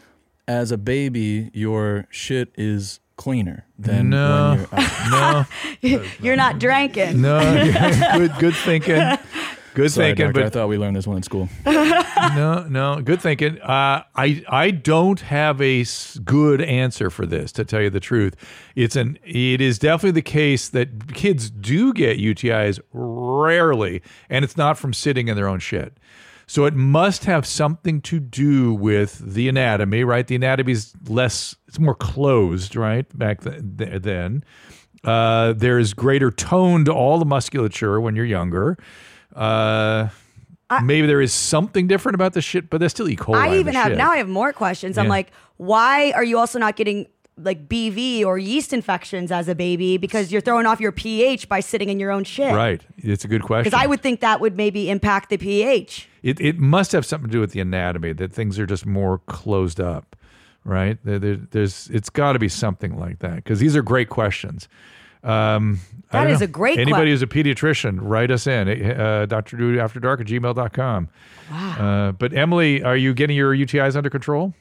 S5: as a baby your shit is cleaner than
S1: No.
S5: when you're out?
S1: no,
S2: You're not drinking.
S1: um, no, good, good thinking. Good
S5: Sorry,
S1: thinking,
S5: doctor,
S1: but
S5: I thought we learned this one in school.
S1: no, no. Good thinking. Uh, I I don't have a s- good answer for this. To tell you the truth, it's an it is definitely the case that kids do get UTIs rarely, and it's not from sitting in their own shit. So it must have something to do with the anatomy, right? The anatomy is less, it's more closed, right? Back th- th- then, uh, there is greater tone to all the musculature when you're younger. Uh, maybe there is something different about the shit, but that's still E. coli.
S2: I
S1: and
S2: even
S1: the
S2: have
S1: shit.
S2: now. I have more questions. I'm
S1: Yeah.
S2: like, why are you also not getting like BV or yeast infections as a baby because you're throwing off your pH by sitting in your own shit?
S1: Right, it's a good question.
S2: Because I would think that would maybe impact the pH.
S1: it, it must have something to do with the anatomy that things are just more closed up, right? There, there, there's it's got to be something like that because these are great questions. Um, I
S2: That
S1: don't
S2: is
S1: know.
S2: a great
S1: Anybody
S2: que-
S1: who's a pediatrician, write us in. Uh, Dr. Dude After Dark at gmail.com. Wow. Uh, but Emily, are you getting your UTIs under control?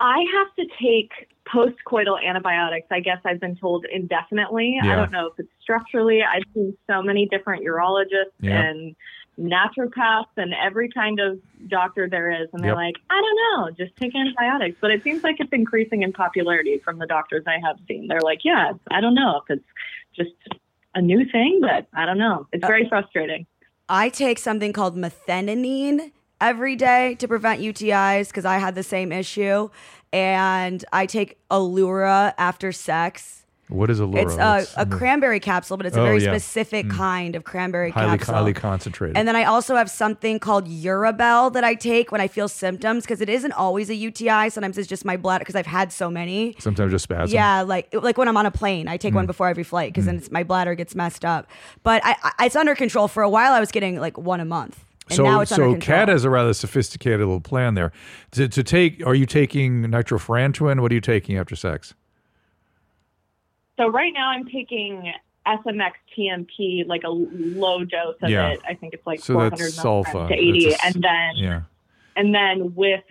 S7: I have to take postcoital antibiotics. I guess I've been told indefinitely.
S1: Yeah.
S7: I don't know if it's structurally. I've seen so many different urologists
S1: Yeah.
S7: and naturopaths and every kind of doctor there is, and they're
S1: Yep.
S7: like, I don't know, just take antibiotics. But it seems like it's increasing in popularity from the doctors I have seen. They're like, yeah, I don't know if it's just a new thing, but I don't know.
S1: Uh,
S7: It's very frustrating.
S2: I take something called methionine every day to prevent UTIs because I had the same issue. And I take Allura after sex.
S1: What is Allura? What's-
S2: It's uh, a, a cranberry capsule, but it's a
S1: Mm-hmm. Oh,
S2: very
S1: yeah.
S2: specific kind of cranberry
S1: highly,
S2: capsule.
S1: highly concentrated.
S2: And then I also have something called Urabel that I take when I feel symptoms because it isn't always a UTI. Sometimes it's just my bladder because I've had so many.
S1: Sometimes just spasm. Mm.
S2: Yeah, like like when I'm on a plane, I take one before every flight because then it's, my bladder gets messed up. But I, I it's under control. For a while, I was getting like one a month, and
S1: so,
S2: now it's
S1: so
S2: under control.
S1: Kat has a rather sophisticated little plan there. To, to take, are you taking nitrofrantoin? What are you taking after sex?
S7: So right now I'm taking SMX TMP, like a low dose of
S1: Yeah.
S7: it. I think it's like
S1: So
S7: 400
S1: that's
S7: milligrams
S1: sulfa.
S7: to 80,
S1: That's a s-
S7: and then
S1: Yeah.
S7: and then with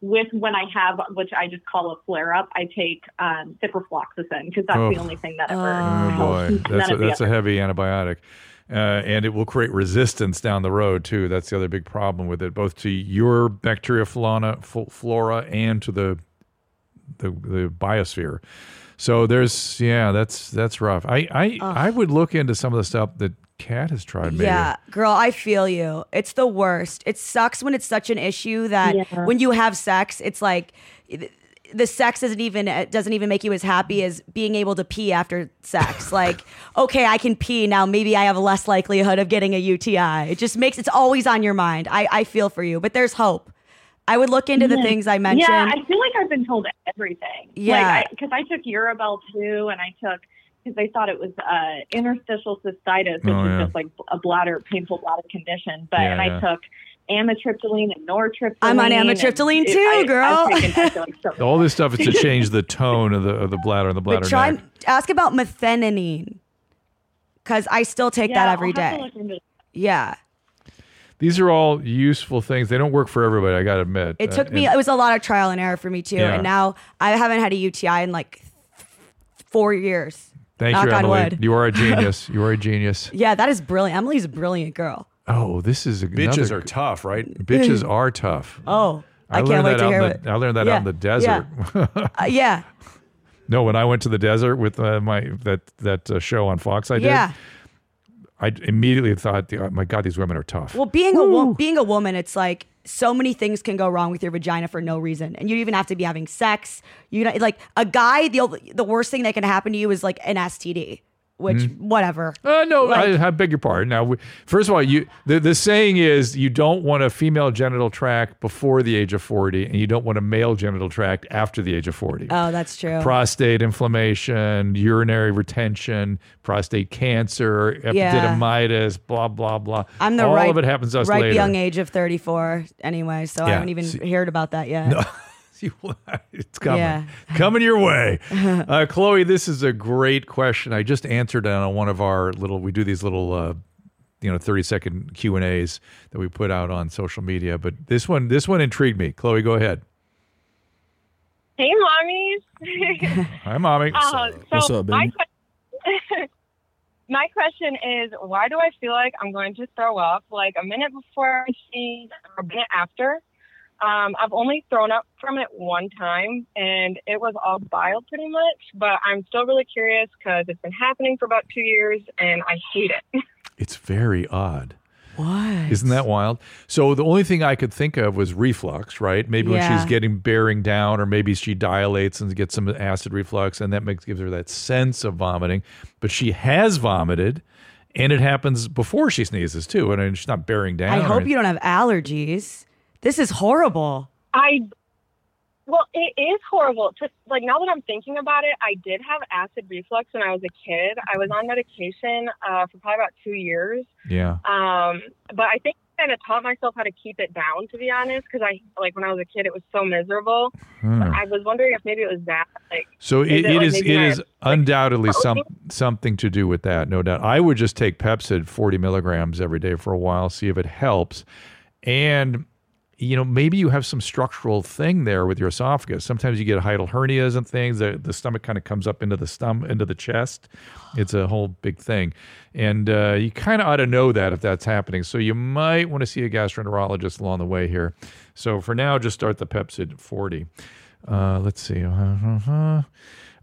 S7: with when I have, which I just call a flare up, I take um, ciprofloxacin because that's
S1: Oh.
S7: the only thing that ever
S2: Oh.
S1: Oh
S7: helps.
S1: boy,
S7: None
S1: that's a,
S7: of the
S1: that's a
S7: other-
S1: heavy antibiotic, uh, and it will create resistance down the road too. That's the other big problem with it, both to your bacteria flora, fl- flora and to the the, the biosphere. So there's yeah, that's that's rough. I I, I would look into some of the stuff that Kat has tried. Maybe.
S2: Yeah, girl, I feel you. It's the worst. It sucks when it's such an issue that
S7: Yeah.
S2: when you have sex, it's like th- the sex isn't even it doesn't even make you as happy as being able to pee after sex. like, okay, I can pee now. Maybe I have less likelihood of getting a UTI. It just makes it's always on your mind. I I feel for you, but there's hope. I would look into the things I mentioned.
S7: Yeah, I feel like I've been told everything.
S2: Yeah.
S7: because I, took Urabel too, and I took because they thought it was uh, interstitial cystitis, which
S1: Oh,
S7: is
S1: yeah.
S7: just like a bladder painful bladder condition. But
S1: Yeah,
S7: and
S1: yeah.
S7: I took amitriptyline and nortriptyline.
S2: I'm on amitriptyline
S7: and it-
S2: too,
S7: I-
S2: girl.
S7: I've taken- I feel like so-
S1: All this stuff is to change the tone of the of the bladder and the bladder
S2: but try
S1: neck.
S2: ask about methionine because I still take
S7: Yeah,
S2: that
S7: I'll
S2: every
S7: have to
S2: day.
S7: look
S1: Mm,
S7: into
S2: Yeah.
S1: These are all useful things. They don't work for everybody. I got to admit.
S2: It
S1: Uh,
S2: took me.
S1: and-
S2: It was a lot of trial and error for me too.
S1: Yeah.
S2: And now I haven't had a UTI in like th- four years.
S1: Thank
S2: knock
S1: you,
S2: on
S1: Emily.
S2: wood.
S1: You are a genius. You are a genius.
S2: Yeah, that is brilliant. Emily's a brilliant girl.
S1: Oh, this is another,
S5: Bitches are tough, right?
S1: bitches are tough.
S2: Oh, I,
S1: learned
S2: can't wait
S1: that
S2: to
S1: out
S2: hear
S1: in
S2: it.
S1: the, I learned that
S2: Yeah,
S1: out in the desert.
S2: Yeah. Uh, yeah.
S1: no, when I went to the desert with uh, my that that uh, show on Fox, I did.
S2: yeah.
S1: I immediately thought, oh, my God, these women are tough.
S2: Well, being a wo- being a woman, it's like so many things can go wrong with your vagina for no reason, and you don't even have to be having sex. You know, like a guy, the ol- the worst thing that can happen to you is like an STD, which whatever.
S1: Uh, no,
S2: Like-
S1: I, I beg your pardon. Now, we- first of all, you the, the saying is you don't want a female genital tract before the age of forty, and you don't want a male genital tract after the age of forty.
S2: Oh, that's true.
S1: prostate inflammation, urinary retention, prostate cancer,
S2: Yeah.
S1: epididymitis, blah blah blah.
S2: I'm the
S1: All
S2: right,
S1: of it happens to us
S2: right
S1: later.
S2: young age of 34 anyway, so I
S1: Yeah.
S2: haven't even
S1: See-
S2: heard about that yet.
S1: it's coming,
S2: Yeah.
S1: coming your way. Uh, Chloe, this is a great question. I just answered it on one of our little. We do these little, uh, you know, thirty second Q and As that we put out on social media. But this one, this one intrigued me. Chloe, go ahead.
S8: Hey, mommies.
S1: Hi, mommy.
S8: Uh,
S5: What's
S8: so
S5: up,
S8: my
S5: baby?
S8: que- my question is, why do I feel like I'm going to throw up like a minute before I see or a minute after? Um, I've only thrown up from it one time, and it was all bile pretty much. But I'm still really curious because it's been happening for about two years, and I hate it.
S1: It's very odd.
S2: What?
S1: Isn't that wild? So the only thing I could think of was reflux, right? Maybe when she's
S2: Yeah.
S1: getting bearing down, or maybe she dilates and gets some acid reflux, and that makes gives her that sense of vomiting. But she has vomited, and it happens before she sneezes too, and, and she's not bearing down.
S2: I
S1: or
S2: hope
S1: anything.
S2: you don't have allergies. This is horrible.
S8: I well, it is horrible. To, like now that I'm thinking about it, I did have acid reflux when I was a kid. I was on medication uh, for probably about two years,
S1: Yeah.
S8: um, but I think kind of taught myself how to keep it down, to be honest, because I like when I was a kid, it was so miserable.
S1: Hmm.
S8: I was wondering if maybe it was that. Like,
S1: So
S8: Is
S1: it,
S8: it
S1: it
S8: like oh,
S1: is it
S8: maybe my-
S1: is undoubtedly
S8: protein?
S1: some something to do with that, no doubt. I would just take Pepsid 40 milligrams every day for a while, see if it helps. And you know, maybe you have some structural thing there with your esophagus. Sometimes you get hiatal hernias and things. The, the stomach kind of comes up into the stum into the chest. It's a whole big thing, and uh, you kind of ought to know that if that's happening. So you might want to see a gastroenterologist along the way here. So for now, just start the Pepsid 40. Uh, let's see. Uh,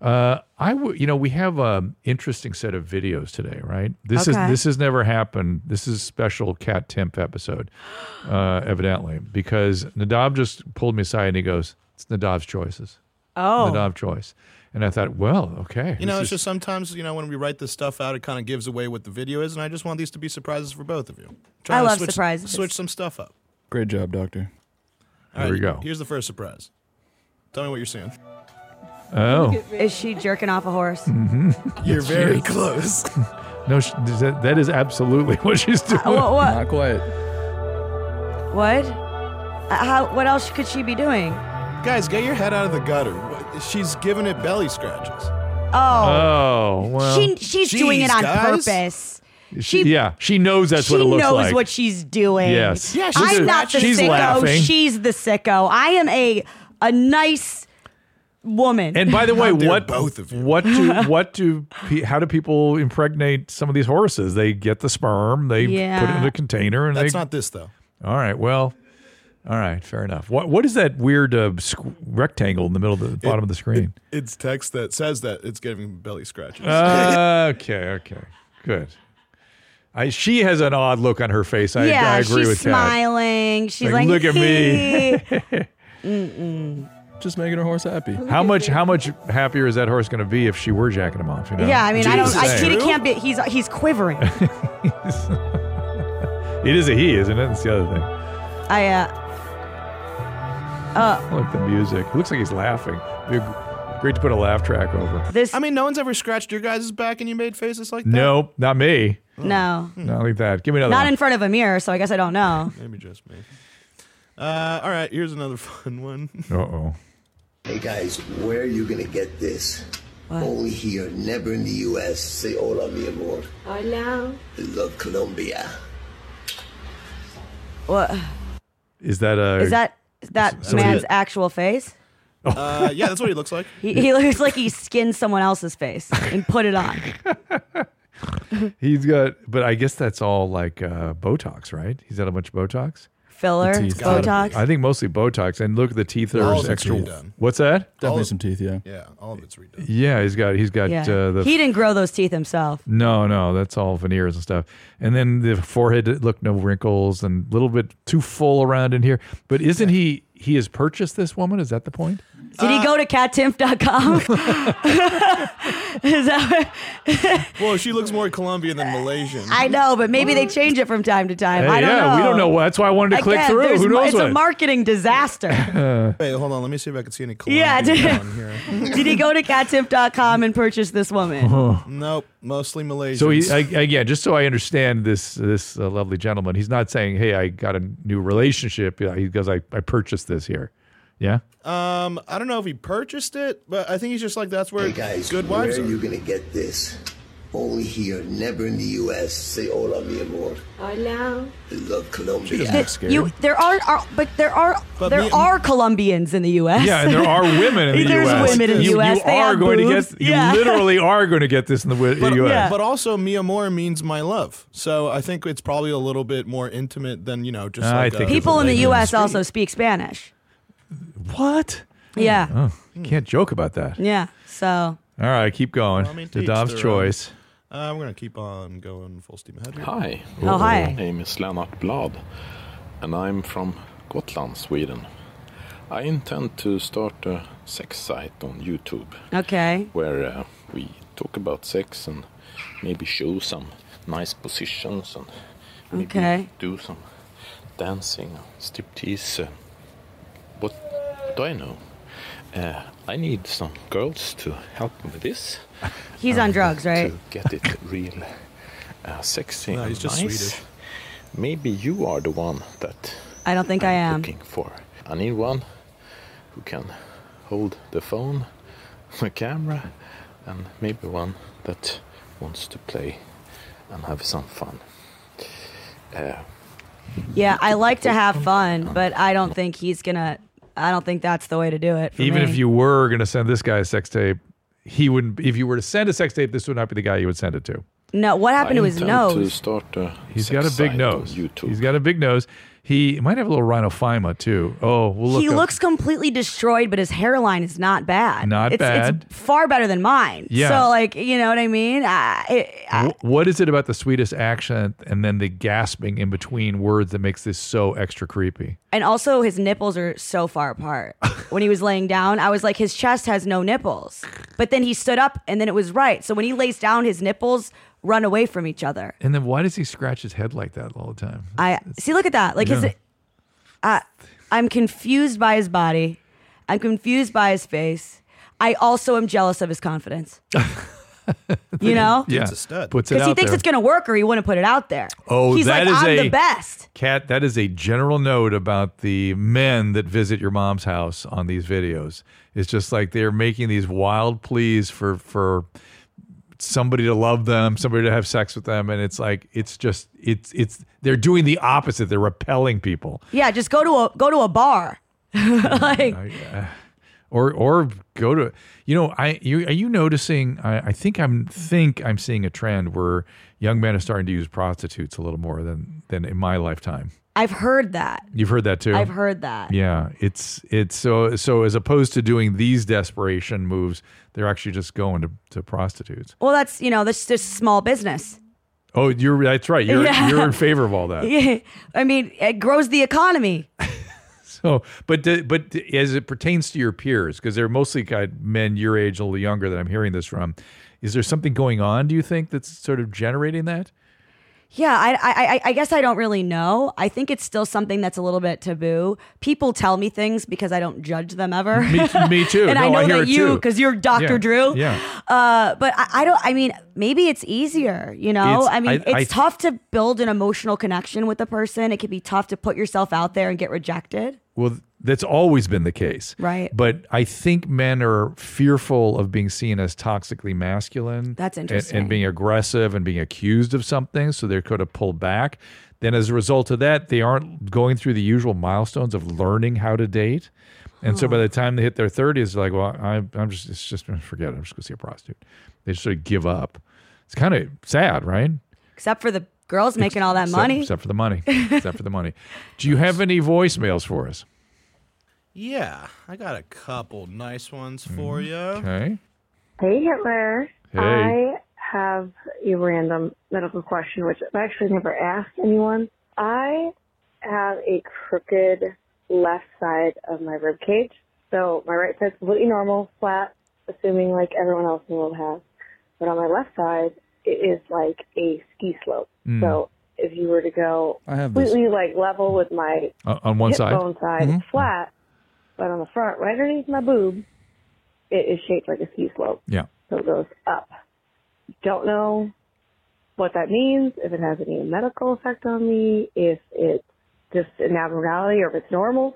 S1: I would, you know, we have an interesting set of videos today, right? This
S2: Okay.
S1: is this has never happened. This is a special Cat Temp episode, uh, evidently, because Nadav just pulled me aside and he goes, "It's Nadav's choices,
S2: Oh,
S1: Nadav choice," and I thought, well, okay,
S4: You know,
S1: this
S4: it's
S1: is-
S4: just sometimes, you know, when we write this stuff out, it kind of gives away what the video is, and I just want these to be surprises for both of you. Try
S2: I
S4: to
S2: love
S4: switch,
S2: surprises.
S4: Switch some stuff up.
S5: Great job, doctor.
S4: All
S1: Here we go.
S4: Here's the first surprise. Tell me what you're seeing.
S1: oh Mm-hmm.
S2: is she jerking off a horse?
S4: You're very close.
S1: no, sh- is that, that is absolutely what she's doing.
S2: Uh, What? What?
S5: Not quite.
S2: What? Uh, How? What else could she be doing?
S4: Guys, get your head out of the gutter. What- She's giving it belly scratches.
S2: Oh,
S1: oh well,
S2: she she's doing it
S4: Jeez,
S2: on
S4: guys.
S2: purpose.
S1: she- yeah, she knows that's
S2: she
S1: what it looks
S2: knows
S1: like.
S2: what she's doing.
S1: Yes. Yeah, she's
S2: I'm
S1: a-
S2: not the
S1: she's
S2: sicko.
S1: laughing.
S2: She's the sicko. I am a a nice woman.
S1: and by the way,
S4: dare
S1: what
S4: both of you.
S1: what do what do pe- how do people impregnate some of these horses? They get the sperm, they put it
S2: Yeah.
S1: in a container, and
S4: That's
S1: they
S4: not this, though.
S1: All right. Well, all right. Fair enough. What What is that weird uh, squ- rectangle in the middle of the bottom of the screen?
S4: It's text that says that it's giving belly scratches.
S1: Uh, okay. Okay. Good. I, she has an odd look on her face. I,
S2: yeah,
S1: I agree
S2: she's
S1: with that.
S2: smiling. She's
S1: Like,
S2: like,
S1: "Look at me."
S2: "Hee."
S5: Just making her horse happy.
S1: How much How much happier is that horse going to be if she were jacking him off? You know?
S2: yeah, I mean, I don't. I,
S1: Just
S2: Kitty
S1: saying.
S2: can't be. He's he's quivering.
S1: It is a he, isn't it? That's the other thing.
S2: I uh,
S1: I like the music. It looks like he's laughing. It'd be great to put a laugh track over.
S2: this
S4: I mean, no one's ever scratched your guys' back and you made faces like that?
S1: Nope, not me.
S2: no,
S1: Not like that. Give me another.
S2: not
S1: one.
S2: in front of a mirror. So I guess I don't know.
S4: Maybe just me. Uh, all right, here's another fun one.
S1: uh oh.
S9: Hey guys, where are you gonna get this? Only here, never in the U.S. Say hola, mi amor.
S10: Hola.
S9: I love Colombia.
S2: What
S1: Is that a?
S2: is that? is That
S1: Somebody-
S2: man's actual face.
S1: Oh.
S4: Uh, yeah, that's what he looks like.
S2: He, he looks like he skinned someone else's face and put it on.
S1: He's got, but I guess that's all like uh, Botox, right? He's had a bunch of Botox.
S2: Filler,
S5: Teeth. Gotta
S2: Botox.
S1: I think mostly Botox. And look at the teeth.
S4: All
S1: There's
S4: of it's
S1: extra.
S4: redone.
S1: What's that?
S5: Definitely
S4: of-
S5: some teeth, yeah.
S4: Yeah, all of it's redone.
S1: Yeah, he's got. He's got
S2: Yeah.
S1: uh, the.
S2: he didn't grow those teeth himself.
S1: no, no, that's all veneers and stuff. And then the forehead. Look, no wrinkles and a little bit too full around in here. But isn't he? He has purchased this woman. Is that the point?
S2: Did
S4: Uh,
S2: he go to cattimp.com? Is that what-
S4: Well, she looks more Colombian than Malaysian.
S2: I know, but maybe they change it from time to time.
S1: Hey,
S2: I don't
S1: yeah,
S2: know.
S1: we don't know. what- That's why I wanted to click
S2: Again,
S1: through.
S2: there's
S1: Who
S2: mo-
S1: knows
S2: It's
S1: what? Uh,
S2: a marketing disaster.
S4: Wait, hold on. Let me see if I can see any
S2: Yeah,
S4: Colombian
S2: dude.
S4: down here.
S2: Did he go to cattimp.com and purchase this woman?
S4: Nope, mostly Malaysians.
S1: So he I, again, just so I understand this this uh, lovely gentleman, he's not saying, "Hey, I got a new relationship." Yeah, He goes, "I I purchased this here." Yeah.
S4: um, I don't know if he purchased it, but I think he's just like that's where
S9: Hey guys,
S4: good
S9: where
S4: wives
S9: are
S4: are.
S9: you gonna get this? Only here, never in the U.S. Say hola, mi amor.
S10: Hola.
S9: I love Colombia.
S2: You, there are, are but there are
S4: But
S2: there
S4: me-
S2: are Colombians in the U.S.
S1: Yeah, and there are women in the
S2: There's
S1: U.S.
S2: women in the
S1: you,
S2: US.
S1: You
S2: They
S1: are
S2: have
S1: going to
S2: boobs.
S1: get. You
S2: Yeah.
S1: literally are going to get this in the wi-
S4: But,
S1: U.S.
S2: Yeah.
S4: but also, mi amor means my love. So I think it's probably a little bit more intimate than, you know, just
S1: I
S4: like
S1: think
S4: a-
S1: it's
S2: People in the
S1: Like
S2: U.S. also speak Spanish.
S1: What?
S2: Yeah,
S1: Oh, you can't joke about that.
S2: yeah. So
S1: All right, keep going.
S4: I mean,
S1: the
S4: teach
S1: Dom's
S4: their own.
S1: choice.
S4: Uh, I'm going to keep on going full steam ahead. here.
S11: Hi.
S2: Oh, hi.
S11: My name is Lennart Blad, and I'm from Gotland, Sweden. I intend to start a sex site on YouTube
S2: okay,
S11: where uh, we talk about sex and maybe show some nice positions and maybe
S2: Okay.
S11: do some dancing, striptease. Uh, what do I know? Uh, I need some girls to help me with this
S2: he's on drugs, right?
S11: to get it real uh, sexy
S4: No,
S11: and
S4: he's just
S11: nice.
S4: Swedish.
S11: Maybe you are the one that
S2: I don't think I am.
S11: looking for. I need one who can hold the phone, the camera, and maybe one that wants to play and have some fun. Uh,
S2: Yeah, I like to have fun, but I don't think he's gonna. I don't think that's the way to do it. for
S1: Even
S2: me.
S1: if you were going to send this guy a sex tape, he wouldn't. If you were to send a sex tape, this would not be the guy you would send it to.
S2: no, what happened to his nose?
S11: start a
S1: He's got a big nose. He's got a big nose. He might have a little rhinophyma too. Oh, we'll look.
S2: he
S1: up-
S2: looks completely destroyed, but his hairline is not bad.
S1: Not
S2: it's,
S1: bad.
S2: It's far better than mine.
S1: Yeah.
S2: So like, you know what I mean? I, it,
S1: Wh- what is it about the Swedish accent and then the gasping in between words that makes this so extra creepy?
S2: and also, his nipples are so far apart. when he was laying down, I was like, his chest has no nipples. But then he stood up, and then it was right. So when he lays down, his nipples run away from each other.
S1: And then why does he scratch his head like that all the time?
S2: I see. Look at that. Like
S1: Yeah.
S2: his, I, I'm confused by his body. I'm confused by his face. I also am jealous of his confidence. you know,
S1: Yeah,
S4: It's a stud.
S1: puts it
S2: because he
S1: out
S2: thinks
S1: there.
S2: it's gonna work, or he wouldn't put it out there.
S1: Oh,
S2: he's
S1: that
S2: like,
S1: is
S2: I'm
S1: a-
S2: the best.
S1: Kat, that is a general note about the men that visit your mom's house on these videos. It's just like they're making these wild pleas for for somebody to love them, somebody to have sex with them, and it's like it's just it's it's they're doing the opposite. They're repelling people,
S2: Yeah, just go to a go to a bar. like,
S1: or or go to you know I you are you noticing? I, I think I'm think I'm seeing a trend where young men are starting to use prostitutes a little more than than in my lifetime.
S2: I've heard that.
S1: You've heard that too.
S2: I've heard that.
S1: Yeah, it's it's so so as opposed to doing these desperation moves, they're actually just going to, to prostitutes.
S2: Well, that's you know, that's just small business.
S1: Oh, you're that's right. You're
S2: Yeah.
S1: you're in favor of all that.
S2: Yeah, I mean, it grows the economy.
S1: So, but d- but d- as it pertains to your peers, because they're mostly kind of men your age, a little younger that I'm hearing this from, is there something going on? Do you think that's sort of generating that?
S2: Yeah, I, I, I- I guess I don't really know. I think it's still something that's a little bit taboo. People tell me things because I don't judge them ever.
S1: Me, me too.
S2: and
S1: no,
S2: I know
S1: hear
S2: that
S1: it
S2: you,
S1: too.
S2: because you're Dr.
S1: Yeah,
S2: Drew.
S1: Yeah.
S2: Uh, but I, I don't. I mean, maybe it's easier. You know,
S1: It's-
S2: I mean,
S1: I- I-
S2: it's tough to build an emotional connection with a person. It can be tough to put yourself out there and get rejected.
S1: Well, th- that's always been the case.
S2: Right.
S1: But I think men are fearful of being seen as toxically masculine.
S2: That's
S1: and- And,
S2: interesting.
S1: being aggressive and being accused of something. So they're kind of pulled back. Then, as a result of that, they aren't going through the usual milestones of learning how to date. And so by the time they hit their 30s, they're like, well, I, I'm just, it's just, forget it. I'm just going to see a prostitute. They just sort of give up. It's kind of sad, right?
S2: Except for the girls making all that
S1: Except-
S2: money.
S1: Except for the money. except for the money. Do you have any voicemails for us?
S4: Yeah, I got a couple nice ones for you.
S1: Mm-hmm. Okay.
S10: Hey, Hitler.
S1: Hey.
S10: I have a random medical question, which I've actually never asked anyone. I have a crooked left side of my rib cage. So my right side's completely normal, flat, assuming like everyone else in the world has. But on my left side, it is like a ski slope.
S1: Mm.
S10: So if you were to go
S1: I have this.
S10: completely like level with my
S1: Uh, on one
S10: hip
S1: side.
S10: bone side,
S1: Mhm.
S10: it's flat, but on the front, right underneath my boob, it is shaped like a ski slope.
S1: Yeah.
S10: So it goes up. Don't know what that means, if it has any medical effect on me, if it's just an abnormality or if it's normal.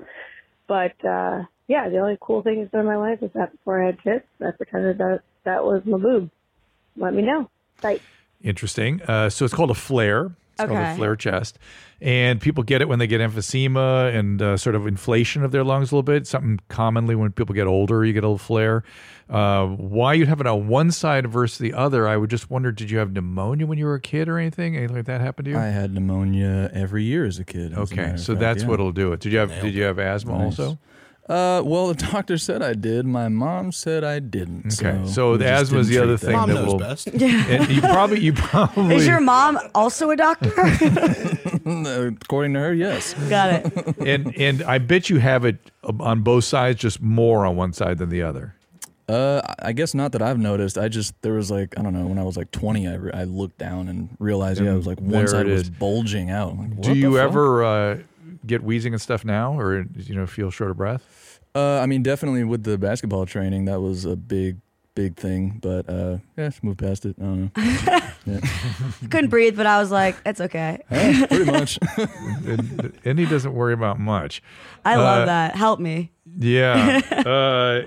S10: But uh yeah, the only cool thing that's done in my life is that before I had tits, I pretended that that was my boob. Let me know. Bye.
S1: Interesting. Uh, so it's called a flare. It's called a
S10: Okay.
S1: flare chest. And people get it when they get emphysema and uh, sort of inflation of their lungs a little bit. Something commonly when people get older, you get a little flare. Uh, why you'd have it on one side versus the other, I would just wonder did you have pneumonia when you were a kid or anything? Anything like that happened to you?
S5: I had pneumonia every year as a kid. as a matter
S1: okay.
S5: of
S1: So
S5: fact,
S1: that's
S5: yeah.
S1: what'll do it. Did you have did you have asthma
S5: Nice.
S1: also?
S5: Uh, well, the doctor said I did. My mom said I didn't.
S1: Okay. So,
S5: we
S1: the
S5: just
S1: asthma is the
S5: didn't
S1: other
S5: treat
S1: thing
S5: that.
S1: that will And you probably you probably
S2: Is your mom also a doctor?
S5: Uh, According to her, yes.
S2: Got it.
S1: and and I bet you have it um, on both sides, just more on one side than the other.
S5: Uh, I guess not that I've noticed. I just there was like I don't know when I was like 20, I, re- I looked down and realized yeah, it was like
S1: There
S5: one side
S1: it
S5: was
S1: is.
S5: bulging out. I'm like, what
S1: Do
S5: the
S1: you
S5: fuck?
S1: ever uh, get wheezing and stuff now, or you know feel short of breath?
S5: Uh, I mean, definitely with the basketball training, that was a big, big thing. But uh, yeah, just move past it. I don't know.
S2: couldn't breathe, but I was like, it's okay.
S1: pretty much. and, and he doesn't worry about much.
S2: I
S1: Uh,
S2: love that. Help me.
S1: Yeah. uh,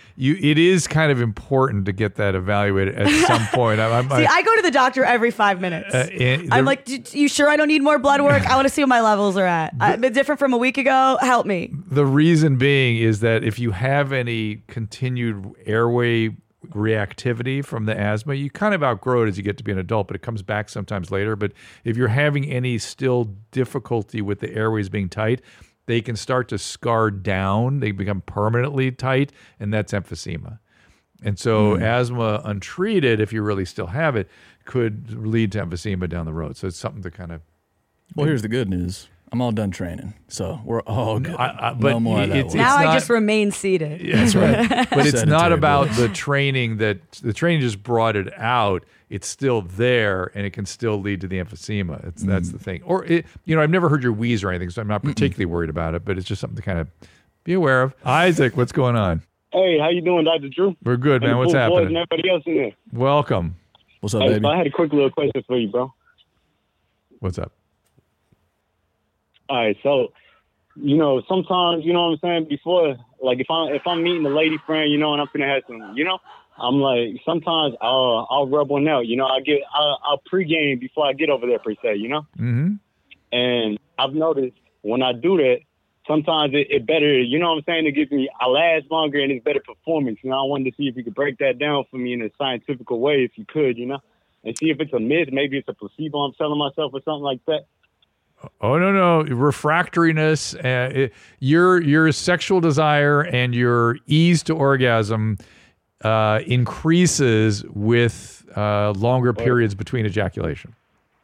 S1: you. It is kind of important to get that evaluated at some point. I'm, I'm,
S2: See, I go to the doctor every five minutes.
S1: Uh, and there-
S2: I'm like, "D- you sure I don't need more blood work? I want to see what my levels are at. i been different from a week ago. Help me.
S1: The reason being is that if you have any continued airway reactivity from the asthma, you kind of outgrow it as you get to be an adult, but it comes back sometimes later. But if you're having any still difficulty with the airways being tight, they can start to scar down. They become permanently tight, and that's emphysema. And so,
S5: Mm.
S1: asthma untreated, if you really still have it, could lead to emphysema down the road. So, it's something to kind of
S5: Well, here's the good news. I'm all done training, so we're all good.
S1: but
S5: no more of that
S1: it's-
S5: one.
S2: now I
S1: not-
S2: just remain seated.
S1: Yeah, that's right. but it's not
S5: Sedentary
S1: about
S5: boys.
S1: the training that the training just brought it out. It's still there, and it can still lead to the emphysema. It's that's the thing. Or it, you know, I've never heard your wheeze or anything, so I'm not particularly worried about it. But it's just something to kind of be aware of. Isaac, what's going on?
S12: Hey, how you doing, Dr. Drew?
S1: We're good,
S12: And
S1: man.
S12: the
S1: What's
S12: Bull Boys
S1: happening?
S12: and everybody else in there.
S1: Welcome. What's
S12: Hey, so I had a quick little question for you, bro.
S1: What's up?
S12: All right, so you know, sometimes you know what I'm saying. Before, like if I'm if I'm meeting a lady friend, you know, and I'm gonna have some, you know, I'm like sometimes I'll I'll rub one out, you know. I get I'll, I'll pregame before I get over there per se, you know.
S1: Mm-hmm.
S12: And I've noticed when I do that, sometimes it, it better, you know what I'm saying? It gives me, I last longer and it's better performance. And I wanted to see if you could break that down for me in a scientific way, if you could, you know, and see if it's a myth. Maybe it's a placebo I'm selling myself or something like that.
S1: Oh no no refractoriness, uh, it, your your sexual desire and your ease to orgasm uh, increases with uh, longer periods between ejaculation.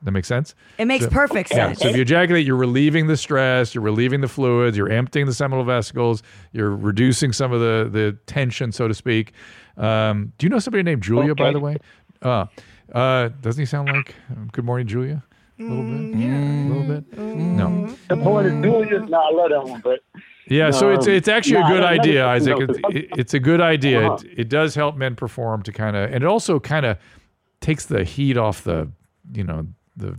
S1: That makes sense.
S2: It makes
S1: So-
S2: perfect
S1: Yeah.
S2: sense.
S1: So if you ejaculate, you're relieving the stress, you're relieving the fluids, you're emptying the seminal vesicles, you're reducing some of the the tension, so to speak. Um, do you know somebody named Julia, by
S12: Okay.
S1: the way? Uh, uh, doesn't he sound like um, Good Morning Julia? A little bit, yeah, a little bit. No,
S12: The point is doing this. No, I love that one, but.
S1: yeah. so it's
S12: Um,
S1: it's actually
S12: nah,
S1: a good
S12: I- I-
S1: idea,
S12: no,
S1: Isaac.
S12: no,
S1: It's, it- it's a good idea.
S12: Uh-huh.
S1: It, it does help men perform to kind of, and it also kind of takes the heat off the, you know, the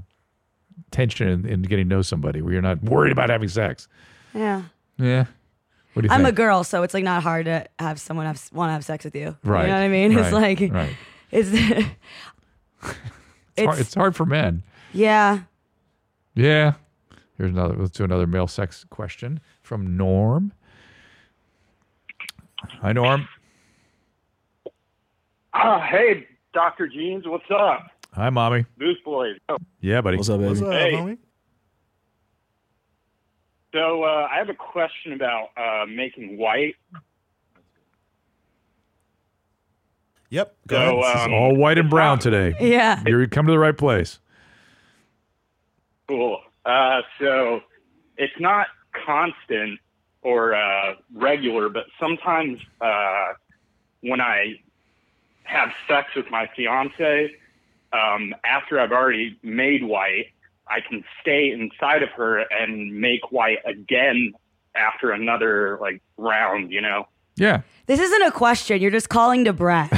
S1: tension in, in getting to know somebody where you're not worried about having sex.
S2: Yeah.
S1: Yeah. What do you
S2: I'm a
S1: think?
S2: girl, so it's like not hard to have someone have want to have sex with you.
S1: Right.
S2: You know what I mean? It's
S1: Right.
S2: like
S1: Right.
S2: it's it's,
S1: it's, hard, it's hard for men.
S2: yeah.
S1: Yeah. Here's another. Let's do another male sex question from Norm. Hi, Norm.
S13: Ah, hey, Dr. Jeans, what's up?
S1: Hi, mommy.
S13: Newsboys. Oh,
S1: Yeah, buddy. What's up, baby?
S13: hey. So uh, I have a question about uh, making white.
S4: Yep.
S13: So
S1: This is
S13: um,
S1: all white and brown today.
S13: Yeah.
S1: You're come to the right place.
S13: cool. Uh, so it's not constant or uh, regular, but sometimes uh, when I have sex with my fiance, um, after I've already made white, I can stay inside of her and make white again after another like round. You know.
S1: Yeah.
S2: This isn't a question. You're just calling to brat.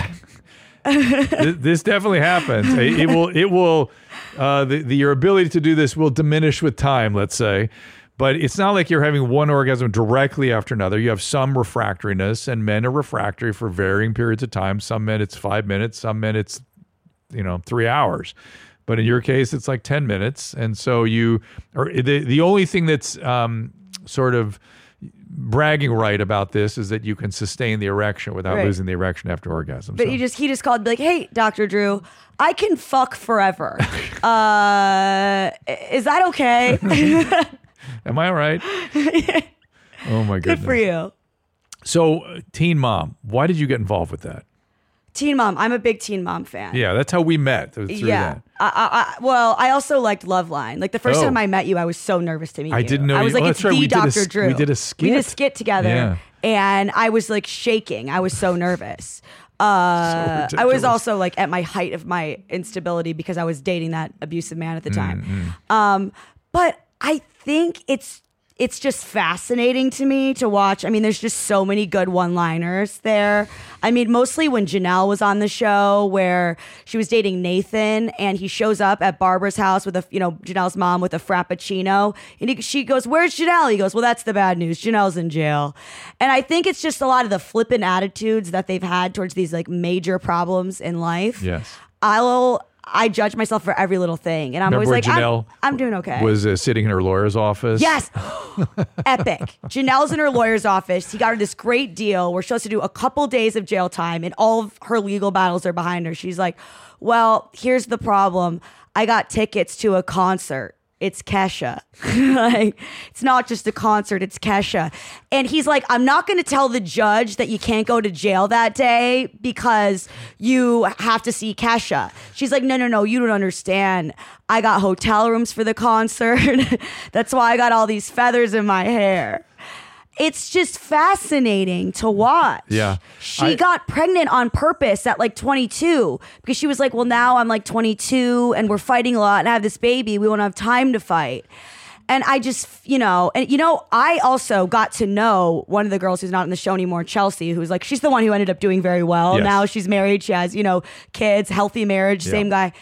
S1: Th- this definitely happens. It, it will. It will. Uh, the, the your ability to do this will diminish with time. Let's say, but it's not like you're having one orgasm directly after another. You have some refractoriness, and men are refractory for varying periods of time. Some men it's five minutes. Some men it's you know three hours but in your case it's like 10 minutes and so you or the, the only thing that's um, sort of bragging right about this is that you can sustain the erection without
S2: Right.
S1: losing the erection after orgasm
S2: But
S1: So-
S2: you just he just called and be like, hey, Dr. Drew, I can fuck forever. uh is that okay?
S1: am i all right oh my
S2: Good
S1: goodness
S2: for you.
S1: so uh, teen mom why did you get involved with that
S2: Teen mom. I'm a big teen mom fan.
S1: yeah that's how we met through through
S2: yeah.
S1: that
S2: I, I, I, well, I also liked Love Line. Like the first
S1: Oh.
S2: time I met you, I was so nervous to meet
S1: I
S2: you.
S1: didn't know
S2: I was
S1: you-
S2: like,
S1: oh,
S2: it's
S1: that's right.
S2: the
S1: We did a
S2: Dr.
S1: sk-
S2: Drew.
S1: we did a
S2: We did a
S1: skit.
S2: skit together,
S1: Yeah.
S2: and I was like shaking. I was so nervous. Uh, I was
S14: ridiculous.
S2: also like at my height of my instability because
S1: Mm,
S2: I was dating that abusive man at the time.
S14: Mm, mm.
S2: Um, but I think it's it's just fascinating to me to watch. I mean, there's just so many good one liners there. I mean, mostly when Janelle was on the show where she was dating Nathan and he shows up at Barbara's house with a, you know, Janelle's mom with a Frappuccino. And he, she goes, Where's Janelle? He goes, Well, that's the bad news. Janelle's in jail. And I think it's just a lot of the flippant attitudes that they've had towards these like major problems in life.
S1: Yes.
S2: I'll I judge myself for every little thing, and I'm
S1: Remember
S2: always like,
S1: when
S2: I'm,
S1: Janelle
S2: I'm doing okay.
S1: Was uh, sitting in her lawyer's office.
S2: Yes. Epic. Janelle's in her lawyer's office. He got her this great deal where she has to do a couple days of jail time and all of her legal battles are behind her. She's like, Well, here's the problem. I got tickets to a concert. It's Kesha. like, it's not just a concert, it's Kesha. And he's like, I'm not going to tell the judge that you can't go to jail that day because you have to see Kesha. She's like, No, no, no, you don't understand. I got hotel rooms for the concert. That's why I got all these feathers in my hair. It's just fascinating to watch.
S1: Yeah.
S2: She
S1: I-
S2: got pregnant on purpose at like 22 because she was like, Well, now I'm like 22 and we're fighting a lot and I have this baby. We won't have time to fight. And I just, you know, and you know, I also got to know one of the girls who's not on the show anymore, Chelsea, who's like, she's the one who ended up doing very well.
S14: Yes.
S2: Now she's married, she has, you know, kids, healthy marriage,
S14: Yeah.
S2: same guy.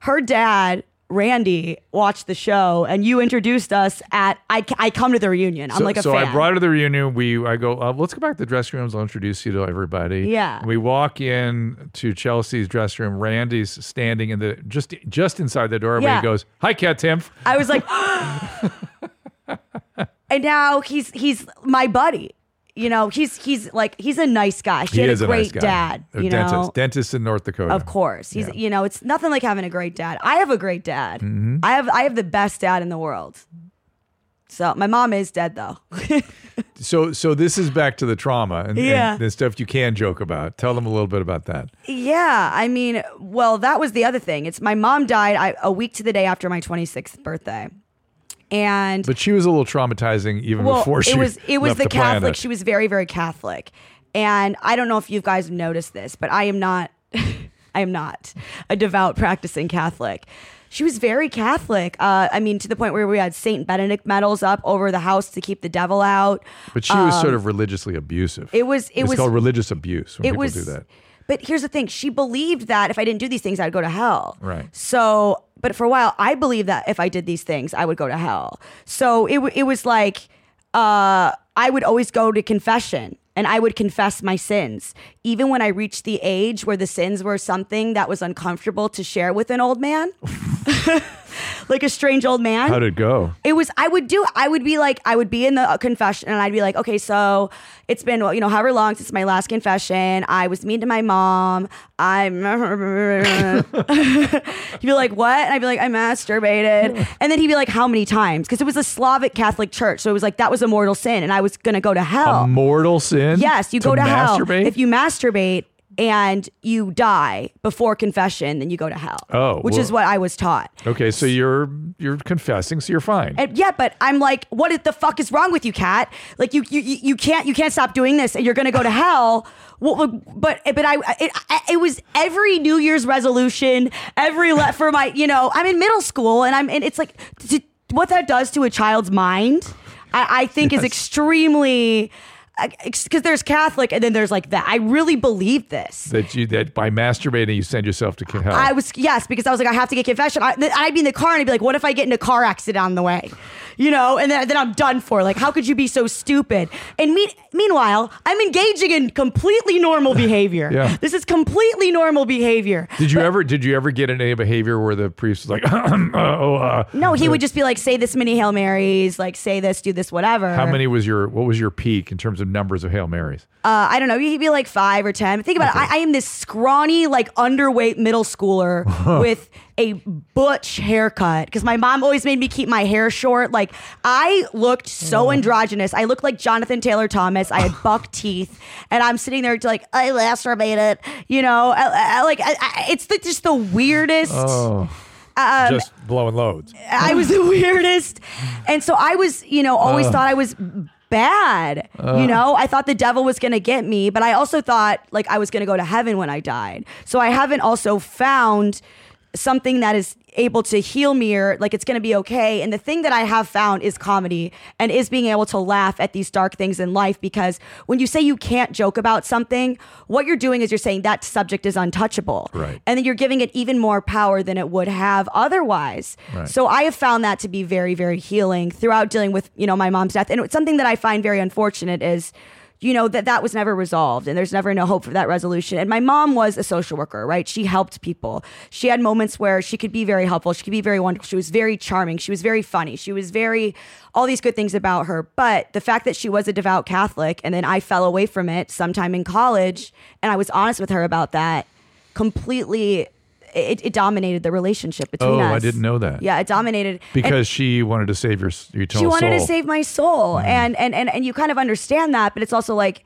S2: Her dad, Randy, watched the show and you introduced us at, I, I come to the reunion. I'm
S1: so,
S2: like a
S1: so
S2: fan.
S1: I brought her to the reunion. We I go, uh, let's go back to the dressing rooms. I'll introduce you to everybody.
S2: Yeah.
S1: And we walk in to Chelsea's dressing room. Randy's standing in the just just inside the doorway.
S2: Yeah.
S1: He goes, "Hi, Cat Timf."
S2: I was like, and now he's he's my buddy. You know, he's he's like he's a nice guy. She
S1: he
S2: had
S1: is
S2: a
S1: nice
S2: great
S1: guy.
S2: dad.
S1: A
S2: You
S1: dentist,
S2: know,
S1: dentist in North Dakota.
S2: of course, he's you know it's nothing like having a great dad. I have a great dad.
S1: Mhm.
S2: I have I have the best dad in the world. So my mom is dead though.
S1: So so this is back to the trauma and,
S2: Yeah.
S1: and the stuff you can joke about. Tell them a little bit about that.
S2: Yeah, I mean, well, that was the other thing. It's my mom died I, a week to the day after my 26th birthday, and
S1: But she was a little traumatizing even before she
S2: it was it was
S1: left
S2: the, Catholic.
S1: planet.
S2: She was very very Catholic, and I don't know if you guys noticed this, but I am not I am not a devout practicing Catholic. She was very Catholic. Uh, I mean, to the point where we had Saint Benedict medals up over the house to keep the devil out.
S1: But she was
S2: Um,
S1: sort of religiously abusive.
S2: it was- it
S1: it's
S2: was-
S1: called religious abuse when
S2: it
S1: people
S2: was-
S1: do that.
S2: But here's the thing: she believed that if I didn't do these things, I'd go to hell.
S1: Right.
S2: So, but for a while, I believed that if I did these things, I would go to hell. So it w- it was like uh, I would always go to confession and I would confess my sins, even when I reached the age where the sins were something that was uncomfortable to share with an old man, like a strange old man.
S1: How'd it go?
S2: It was I would do I would be like I would be in the uh, confession and I'd be like okay so it's been well, you know however long since my last confession I was mean to my mom I'm he'd be like what and I'd be like I masturbated and then he'd be like how many times because it was a Slavic Catholic church so it was like that was a mortal sin and I was gonna go to hell
S1: A mortal sin?
S2: yes you go to
S1: masturbate?
S2: hell if you masturbate and you die before confession then you go to hell
S1: Oh,
S2: which
S1: well-
S2: is what I was taught
S1: Okay, so you're you're confessing, so you're fine.
S2: And yeah, but I'm like, what is- the fuck is wrong with you, Kat? Like you you you you can't you can't stop doing this, and you're gonna go to hell. What, what- but but I it, I- it was every New Year's resolution, every let for my you know I'm in middle school, and I'm and it's like to, what that does to a child's mind. I, I think is
S14: Yes.
S2: extremely because there's Catholic and then there's like that. I really believe this.
S1: That you that by masturbating you send yourself to hell.
S2: I was yes because I was like I have to get confession. I, th- I'd be in the car and I'd be like, what if I get in a car accident on the way, you know? And then, then I'm done for. Like, how could you be so stupid? And me- meanwhile, I'm engaging in completely normal behavior.
S1: Yeah.
S2: This is completely normal behavior.
S1: did you ever did you ever get in any behavior where the priest was like, oh, uh,
S2: No, he would just be like, say this many hail marys, like say this, do this, whatever.
S1: How many was your what was your peak in terms of numbers of hail marys?
S2: Uh, I don't know. He'd be like five or ten. But think about it. I, I am this scrawny, like underweight middle schooler with a butch haircut because my mom always made me keep my hair short. Like I looked so androgynous. I looked like Jonathan Taylor Thomas. I had buck teeth, and I'm sitting there to like I masturbated. You know, I, I- like I, I, it's the, just the weirdest.
S1: Oh,
S2: um,
S1: just blowing loads.
S2: I was the weirdest. And so I was, you know, always
S1: Ugh.
S2: thought I was bad. you
S1: Ugh.
S2: know, I thought the devil was going to get me, but I also thought like I was going to go to heaven when I died. So I haven't also found something that is able to heal me or like it's going to be okay. And the thing that I have found is comedy and is being able to laugh at these dark things in life because when you say you can't joke about something, what you're doing is you're saying that subject is untouchable.
S14: Right.
S2: And then you're giving it even more power than it would have otherwise.
S14: Right.
S2: So I have found that to be very, very healing throughout dealing with, you know, my mom's death. And it's something that I find very unfortunate is, you know, that that was never resolved and there's never no hope for that resolution. And my mom was a social worker, right? She helped people. She had moments where she could be very helpful. She could be very wonderful. She was very charming. She was very funny. She was very, all these good things about her. But the fact that she was a devout Catholic and then I fell away from it sometime in college and I was honest with her about that completely. It, it dominated the relationship between
S1: Oh,
S2: us.
S1: I didn't know that.
S2: Yeah, it dominated And-
S1: because she wanted to save your s- your
S2: she
S1: total
S2: wanted to
S1: soul. Mm-hmm.
S2: save my soul and, and and and you kind of understand that but it's also like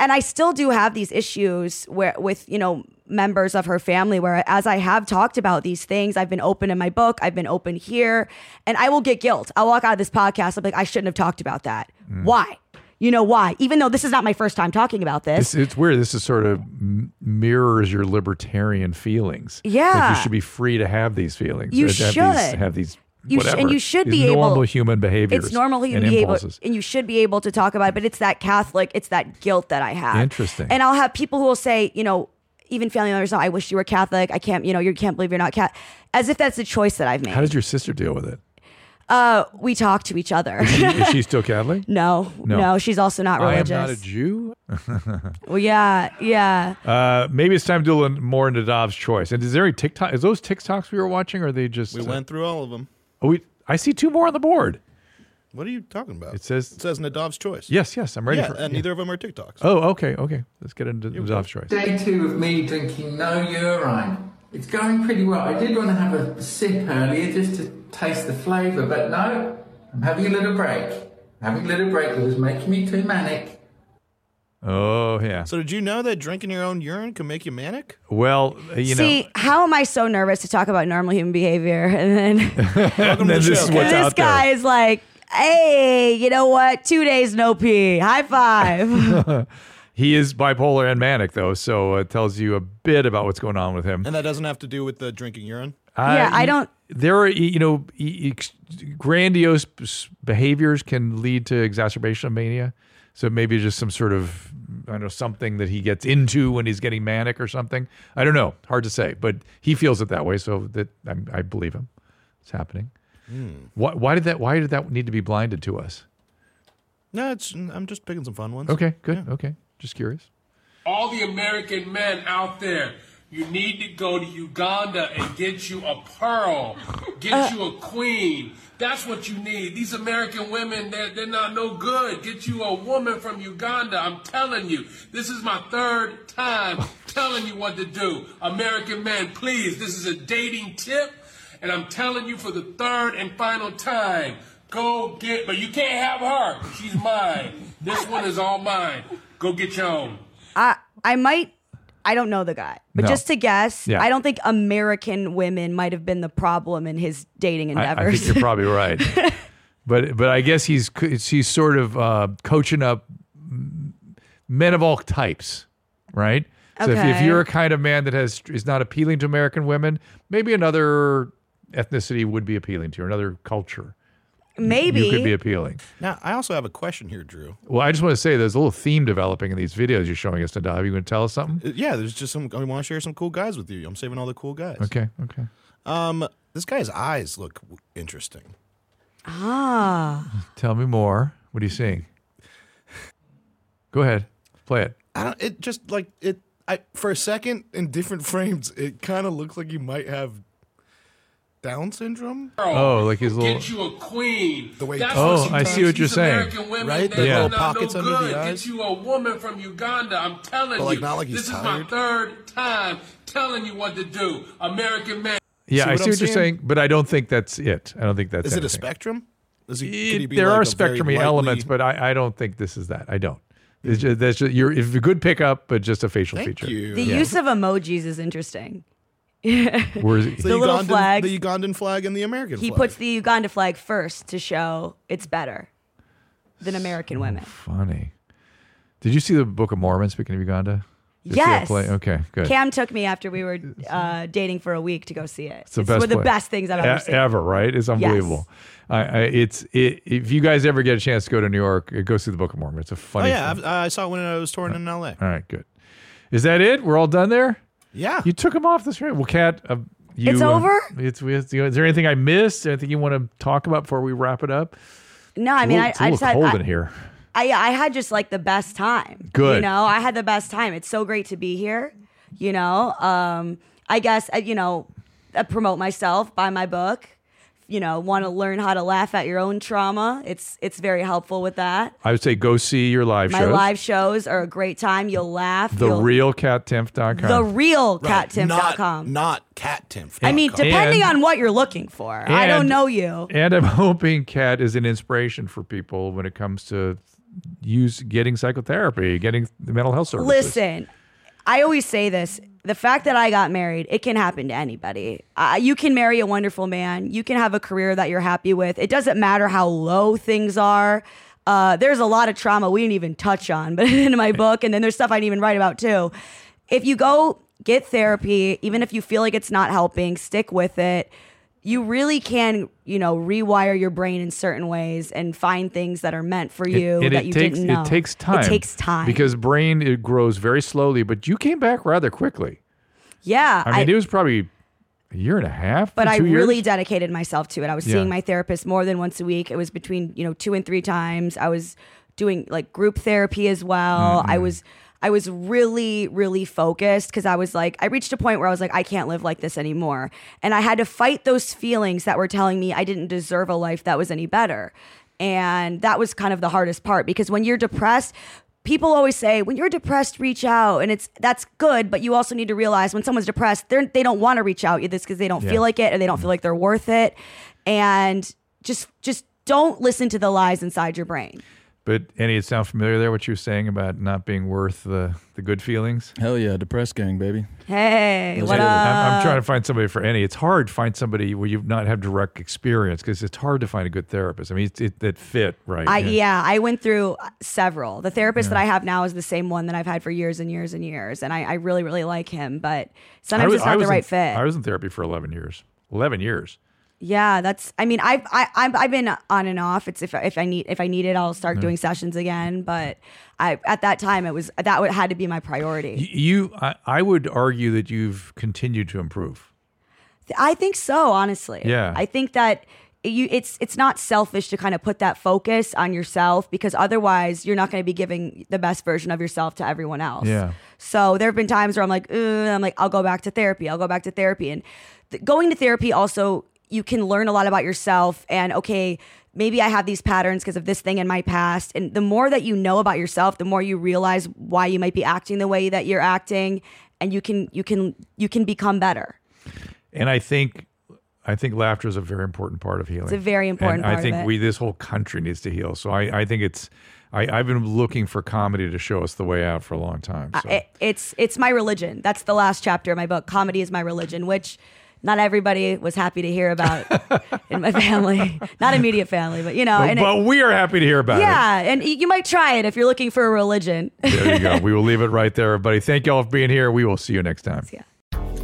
S2: and i still do have these issues where with you know members of her family where as i have talked about these things i've been open in my book i've been open here and i will get guilt i'll walk out of this podcast i'll be like i shouldn't have talked about that
S1: Mm.
S2: why you know why even though this is not my first time talking about this
S1: It's, it's weird. This is sort of m- mirrors your libertarian feelings. Like,
S2: Yeah.
S1: you should be free to have these feelings.
S2: You
S1: uh, to Have these,
S2: should.
S1: have these
S2: You sh- and
S1: whatever,
S2: you should
S1: these
S2: be able-
S1: normal human behaviors.
S2: it's normal you
S1: and
S2: be able,
S1: impulses.
S2: and you should be able to talk about it but it's that catholic it's that guilt that i have
S1: Interesting.
S2: And I'll have people who will say, you know, even family members, "Oh, I wish you were Catholic. I can't, you know, you can't believe you're not cat. As if that's the choice that I've made.
S1: How does your sister deal with it?
S2: uh, we talk to each other.
S1: Is she, is she still Catholic?
S2: no,
S1: No.
S2: no, she's also not religious.
S1: I am not a Jew.
S2: well, yeah, yeah.
S1: uh, maybe it's time to do a little more into Dobbs' choice. And is there any TikTok? Is those TikToks we were watching? Or are they just uh,
S4: We went through all of them.
S1: Oh, we. I see two more on the board.
S4: What are you talking about?
S1: It says.
S4: It says Nadav's choice.
S1: Yes, yes, I'm ready
S4: Yeah,
S1: for-
S4: and
S1: yeah.
S4: neither of them are TikToks.
S1: Oh, okay, okay. Let's get into Dobbs' choice.
S15: Day two of me drinking no urine. It's going pretty well. I did want to have a sip earlier just to taste the flavour, but no, I'm having a little break. I'm having a little break that was making me too manic.
S1: Oh yeah.
S4: So did you know that drinking your own urine can make you manic?
S1: Well, uh, you
S2: See, how am I so nervous to talk about normal human behavior, and then
S1: know, and then this is what's
S2: this
S1: out there.
S2: guy is like, "Hey, you know what? Two days no pee. High five.
S1: he is bipolar and manic though, so it tells you a bit about what's going on with him.
S4: And that doesn't have to do with the drinking urine.
S1: Uh, you- There are, you know, e- ex- grandiose s- behaviors can lead to exacerbation of mania. So maybe just some sort of, I don't know, something that he gets into when he's getting manic or something. I don't know. Hard to say, but he feels it that way. So that I, I believe him. It's happening.
S7: Mm.
S4: Hmm.
S1: Why, why did that? Why did that need to be blinded to us?
S4: No, it's. I'm just picking some fun ones.
S1: Okay, good. Okay, just curious.
S16: All the American men out there, you need to go to Uganda and get you a pearl, get you a queen. That's what you need. These American women, they're, they're not no good. Get you a woman from Uganda. I'm telling you. This is my third time telling you what to do. American men, please, this is a dating tip. And I'm telling you for the third and final time, go get, but you can't have her. She's mine. This one is all mine. Go get your own.
S2: I I might I don't know the guy, but
S16: No.
S2: just to guess,
S1: Yeah.
S2: I don't think American women might have been the problem in his dating
S1: I- I, think
S2: endeavors.
S1: you're probably right. but but I guess he's co- he's sort of uh, coaching up m- men of all types, right? So if, if
S17: Okay.
S1: you're a kind of man that has is not appealing to American women, maybe another ethnicity would be appealing to you, or another culture. you could be appealing.
S4: Now, I also have a question here, Drew.
S1: Well, I just want to say there's a little theme developing in these videos you're showing us, Nadav. You going to tell us something?
S4: Uh, Yeah, there's just some. I want to share some cool guys with you. I'm saving all the cool guys.
S1: Okay, okay.
S4: Um, this guy's eyes look w- interesting.
S2: ah.
S1: Tell me more. What are you seeing? Go ahead, play it.
S4: I don't. It just like it. I for a second in different frames, it kind of looks like you might have Down syndrome.
S1: Oh, like his little.
S16: Get you a queen. The way
S1: he talks Oh, I see what you're
S16: These
S1: saying.
S16: American women,
S1: Right?
S16: they
S1: The
S16: are
S1: little
S16: not
S1: pockets
S16: no
S1: under the
S16: good.
S1: eyes.
S16: Get you a woman from Uganda. I'm telling
S4: But, like,
S16: you.
S4: not like
S16: this
S4: he's
S16: is my third time telling you what to do. American man.
S1: Yeah, I see
S16: I'm
S1: what you're saying, but I don't think that's it. I don't think that's
S4: Is it a
S1: anything.
S4: spectrum? Is he,
S1: It-
S4: could he be
S1: there
S4: like
S1: are
S4: a
S1: spectrumy
S4: very lightly- Hmm.
S1: elements, but I, I don't think this is that. I don't. It's just, that's just, you're it's a good pickup, but just a facial feature.
S2: The use of emojis is interesting.
S1: Where is it?
S2: The little
S4: Ugandan-
S2: flags.
S4: the Ugandan flag, and the American
S2: He
S4: flag.
S2: puts the Uganda flag first to show it's better than American women.
S1: funny. Did you see the Book of Mormon? Speaking of Uganda, Did you
S2: yes.
S1: play? Okay, good.
S2: Cam took me after we were uh, dating for a week to go see it.
S1: It's the best
S2: one of the
S1: play
S2: best things I've
S1: e-
S2: ever seen.
S1: Ever, right? It's unbelievable. I, I, it's it, if you guys ever get a chance to go to New York, uh, go see the Book of Mormon. It's a
S14: Oh,
S1: funny.
S14: yeah.
S1: film.
S14: I've, I saw it when I was touring in LA.
S1: All right, good. Is that it? We're all done there.
S14: Yeah.
S1: You took him off the screen. Well, Kat, uh, you,
S2: It's
S1: uh,
S2: over?
S1: it's, it's- you know, is there anything I missed? Anything you want to talk about before we wrap it up?
S2: No, I mean,
S1: it's a little, it's a
S2: I, I just
S1: little
S2: had
S1: cold
S2: I,
S1: in here.
S2: I, I had just like the best time. You
S1: Good.
S2: know, I had the best time. It's so great to be here. You know, um, I guess, uh, you know, uh, promote myself, buy my book. You know, want to learn how to laugh at your own trauma. It's it's very helpful with that.
S1: I would say go see your live
S2: my
S1: shows.
S2: live shows are a great time. You'll laugh.
S1: the
S2: you'll,
S1: real cattemp.com.
S2: the real
S1: Right.
S2: cattimp.com.
S14: Not cattimp.
S2: I mean,
S1: dot com.
S2: depending
S1: And-
S2: on what you're looking for. I don't
S1: And-
S2: know you.
S1: And I'm hoping Kat is an inspiration for people when it comes to use getting psychotherapy, getting the mental health services.
S2: Listen, I always say this. The fact that I got married, it can happen to anybody. Uh, you can marry a wonderful man. You can have a career that you're happy with. It doesn't matter how low things are. Uh, there's a lot of trauma we didn't even touch on, but in my book, and then there's stuff I didn't even write about too. If you go get therapy, even if you feel like it's not helping, stick with it. You really can, you know, rewire your brain in certain ways and find things that are meant for
S1: It-
S2: you
S1: and
S2: that
S1: it
S2: you
S1: takes
S2: didn't know.
S1: it takes time.
S2: It takes time
S1: because brain it grows very slowly. But you came back rather quickly.
S2: yeah,
S1: I mean, it was probably a year and a half,
S2: Uh, but I
S1: two years?
S2: really dedicated myself to it. I was
S1: Yeah.
S2: seeing my therapist more than once a week. It was between you know two and three times. I was doing like group therapy as well.
S1: Mm-hmm.
S2: I was I was really really focused because I was like I reached a point where I was like I can't live like this anymore, and I had to fight those feelings that were telling me I didn't deserve a life that was any better, and that was kind of the hardest part because when you're depressed people always say when you're depressed reach out and it's that's good but you also need to realize when someone's depressed they're, they don't want to reach out this because they don't
S17: Yeah.
S2: feel like it or they don't feel like they're worth it and just just don't listen to the lies inside your brain
S1: But any, it sound familiar there? What you were saying about not being worth the the good feelings?
S5: Hell yeah, depressed gang, baby.
S2: hey what
S1: I'm,
S2: up
S1: I'm trying to find somebody for any. It's hard to find somebody where you've not had direct experience because it's hard to find a good therapist. I mean, it's it, that fit right.
S2: I, yeah, I went through several. The therapist that I have now is the same one that I've had for years and years and years, and I, I really, really like him. But sometimes
S1: I was-
S2: it's
S1: I
S2: not the
S1: was in-
S2: right fit.
S1: I was in therapy for 11 years. 11 years.
S2: Yeah, that's. I mean, I've I, I've I've been on and off. It's if if I need if I need it, I'll start
S1: Yeah.
S2: doing sessions again. But I at that time it was that would, had to be my priority.
S1: Y- You, I, I would argue that you've continued to improve.
S2: I think so, honestly.
S1: Yeah.
S2: I think that you it's it's not selfish to kind of put that focus on yourself because otherwise you're not going to be giving the best version of yourself to everyone else.
S17: Yeah.
S2: So there have been times where I'm like, "Ugh," and I'm like, I'll go back to therapy. I'll go back to therapy. And th- going to therapy also, you can learn a lot about yourself and okay, maybe I have these patterns because of this thing in my past. And the more that you know about yourself, the more you realize why you might be acting the way that you're acting and you can you can you can become better.
S1: And I think, I think laughter is a very important part of healing.
S2: It's a very important
S1: And
S2: part
S1: I
S2: of
S1: think
S2: it.
S1: we, this whole country needs to heal. So I, I think it's, I, I've been looking for comedy to show us the way out for a long time.
S2: I-
S1: So.
S2: Uh, it, it's it's my religion. That's the last chapter of my book. Comedy is my religion, which not everybody was happy to hear about in my family, not immediate family, but you know.
S1: but
S2: and it-
S1: but we are happy to hear about it.
S2: yeah, and y- you might try it if you're looking for a religion.
S1: There you go. we will leave it right there, everybody. Thank y'all for being here. We will see you next time.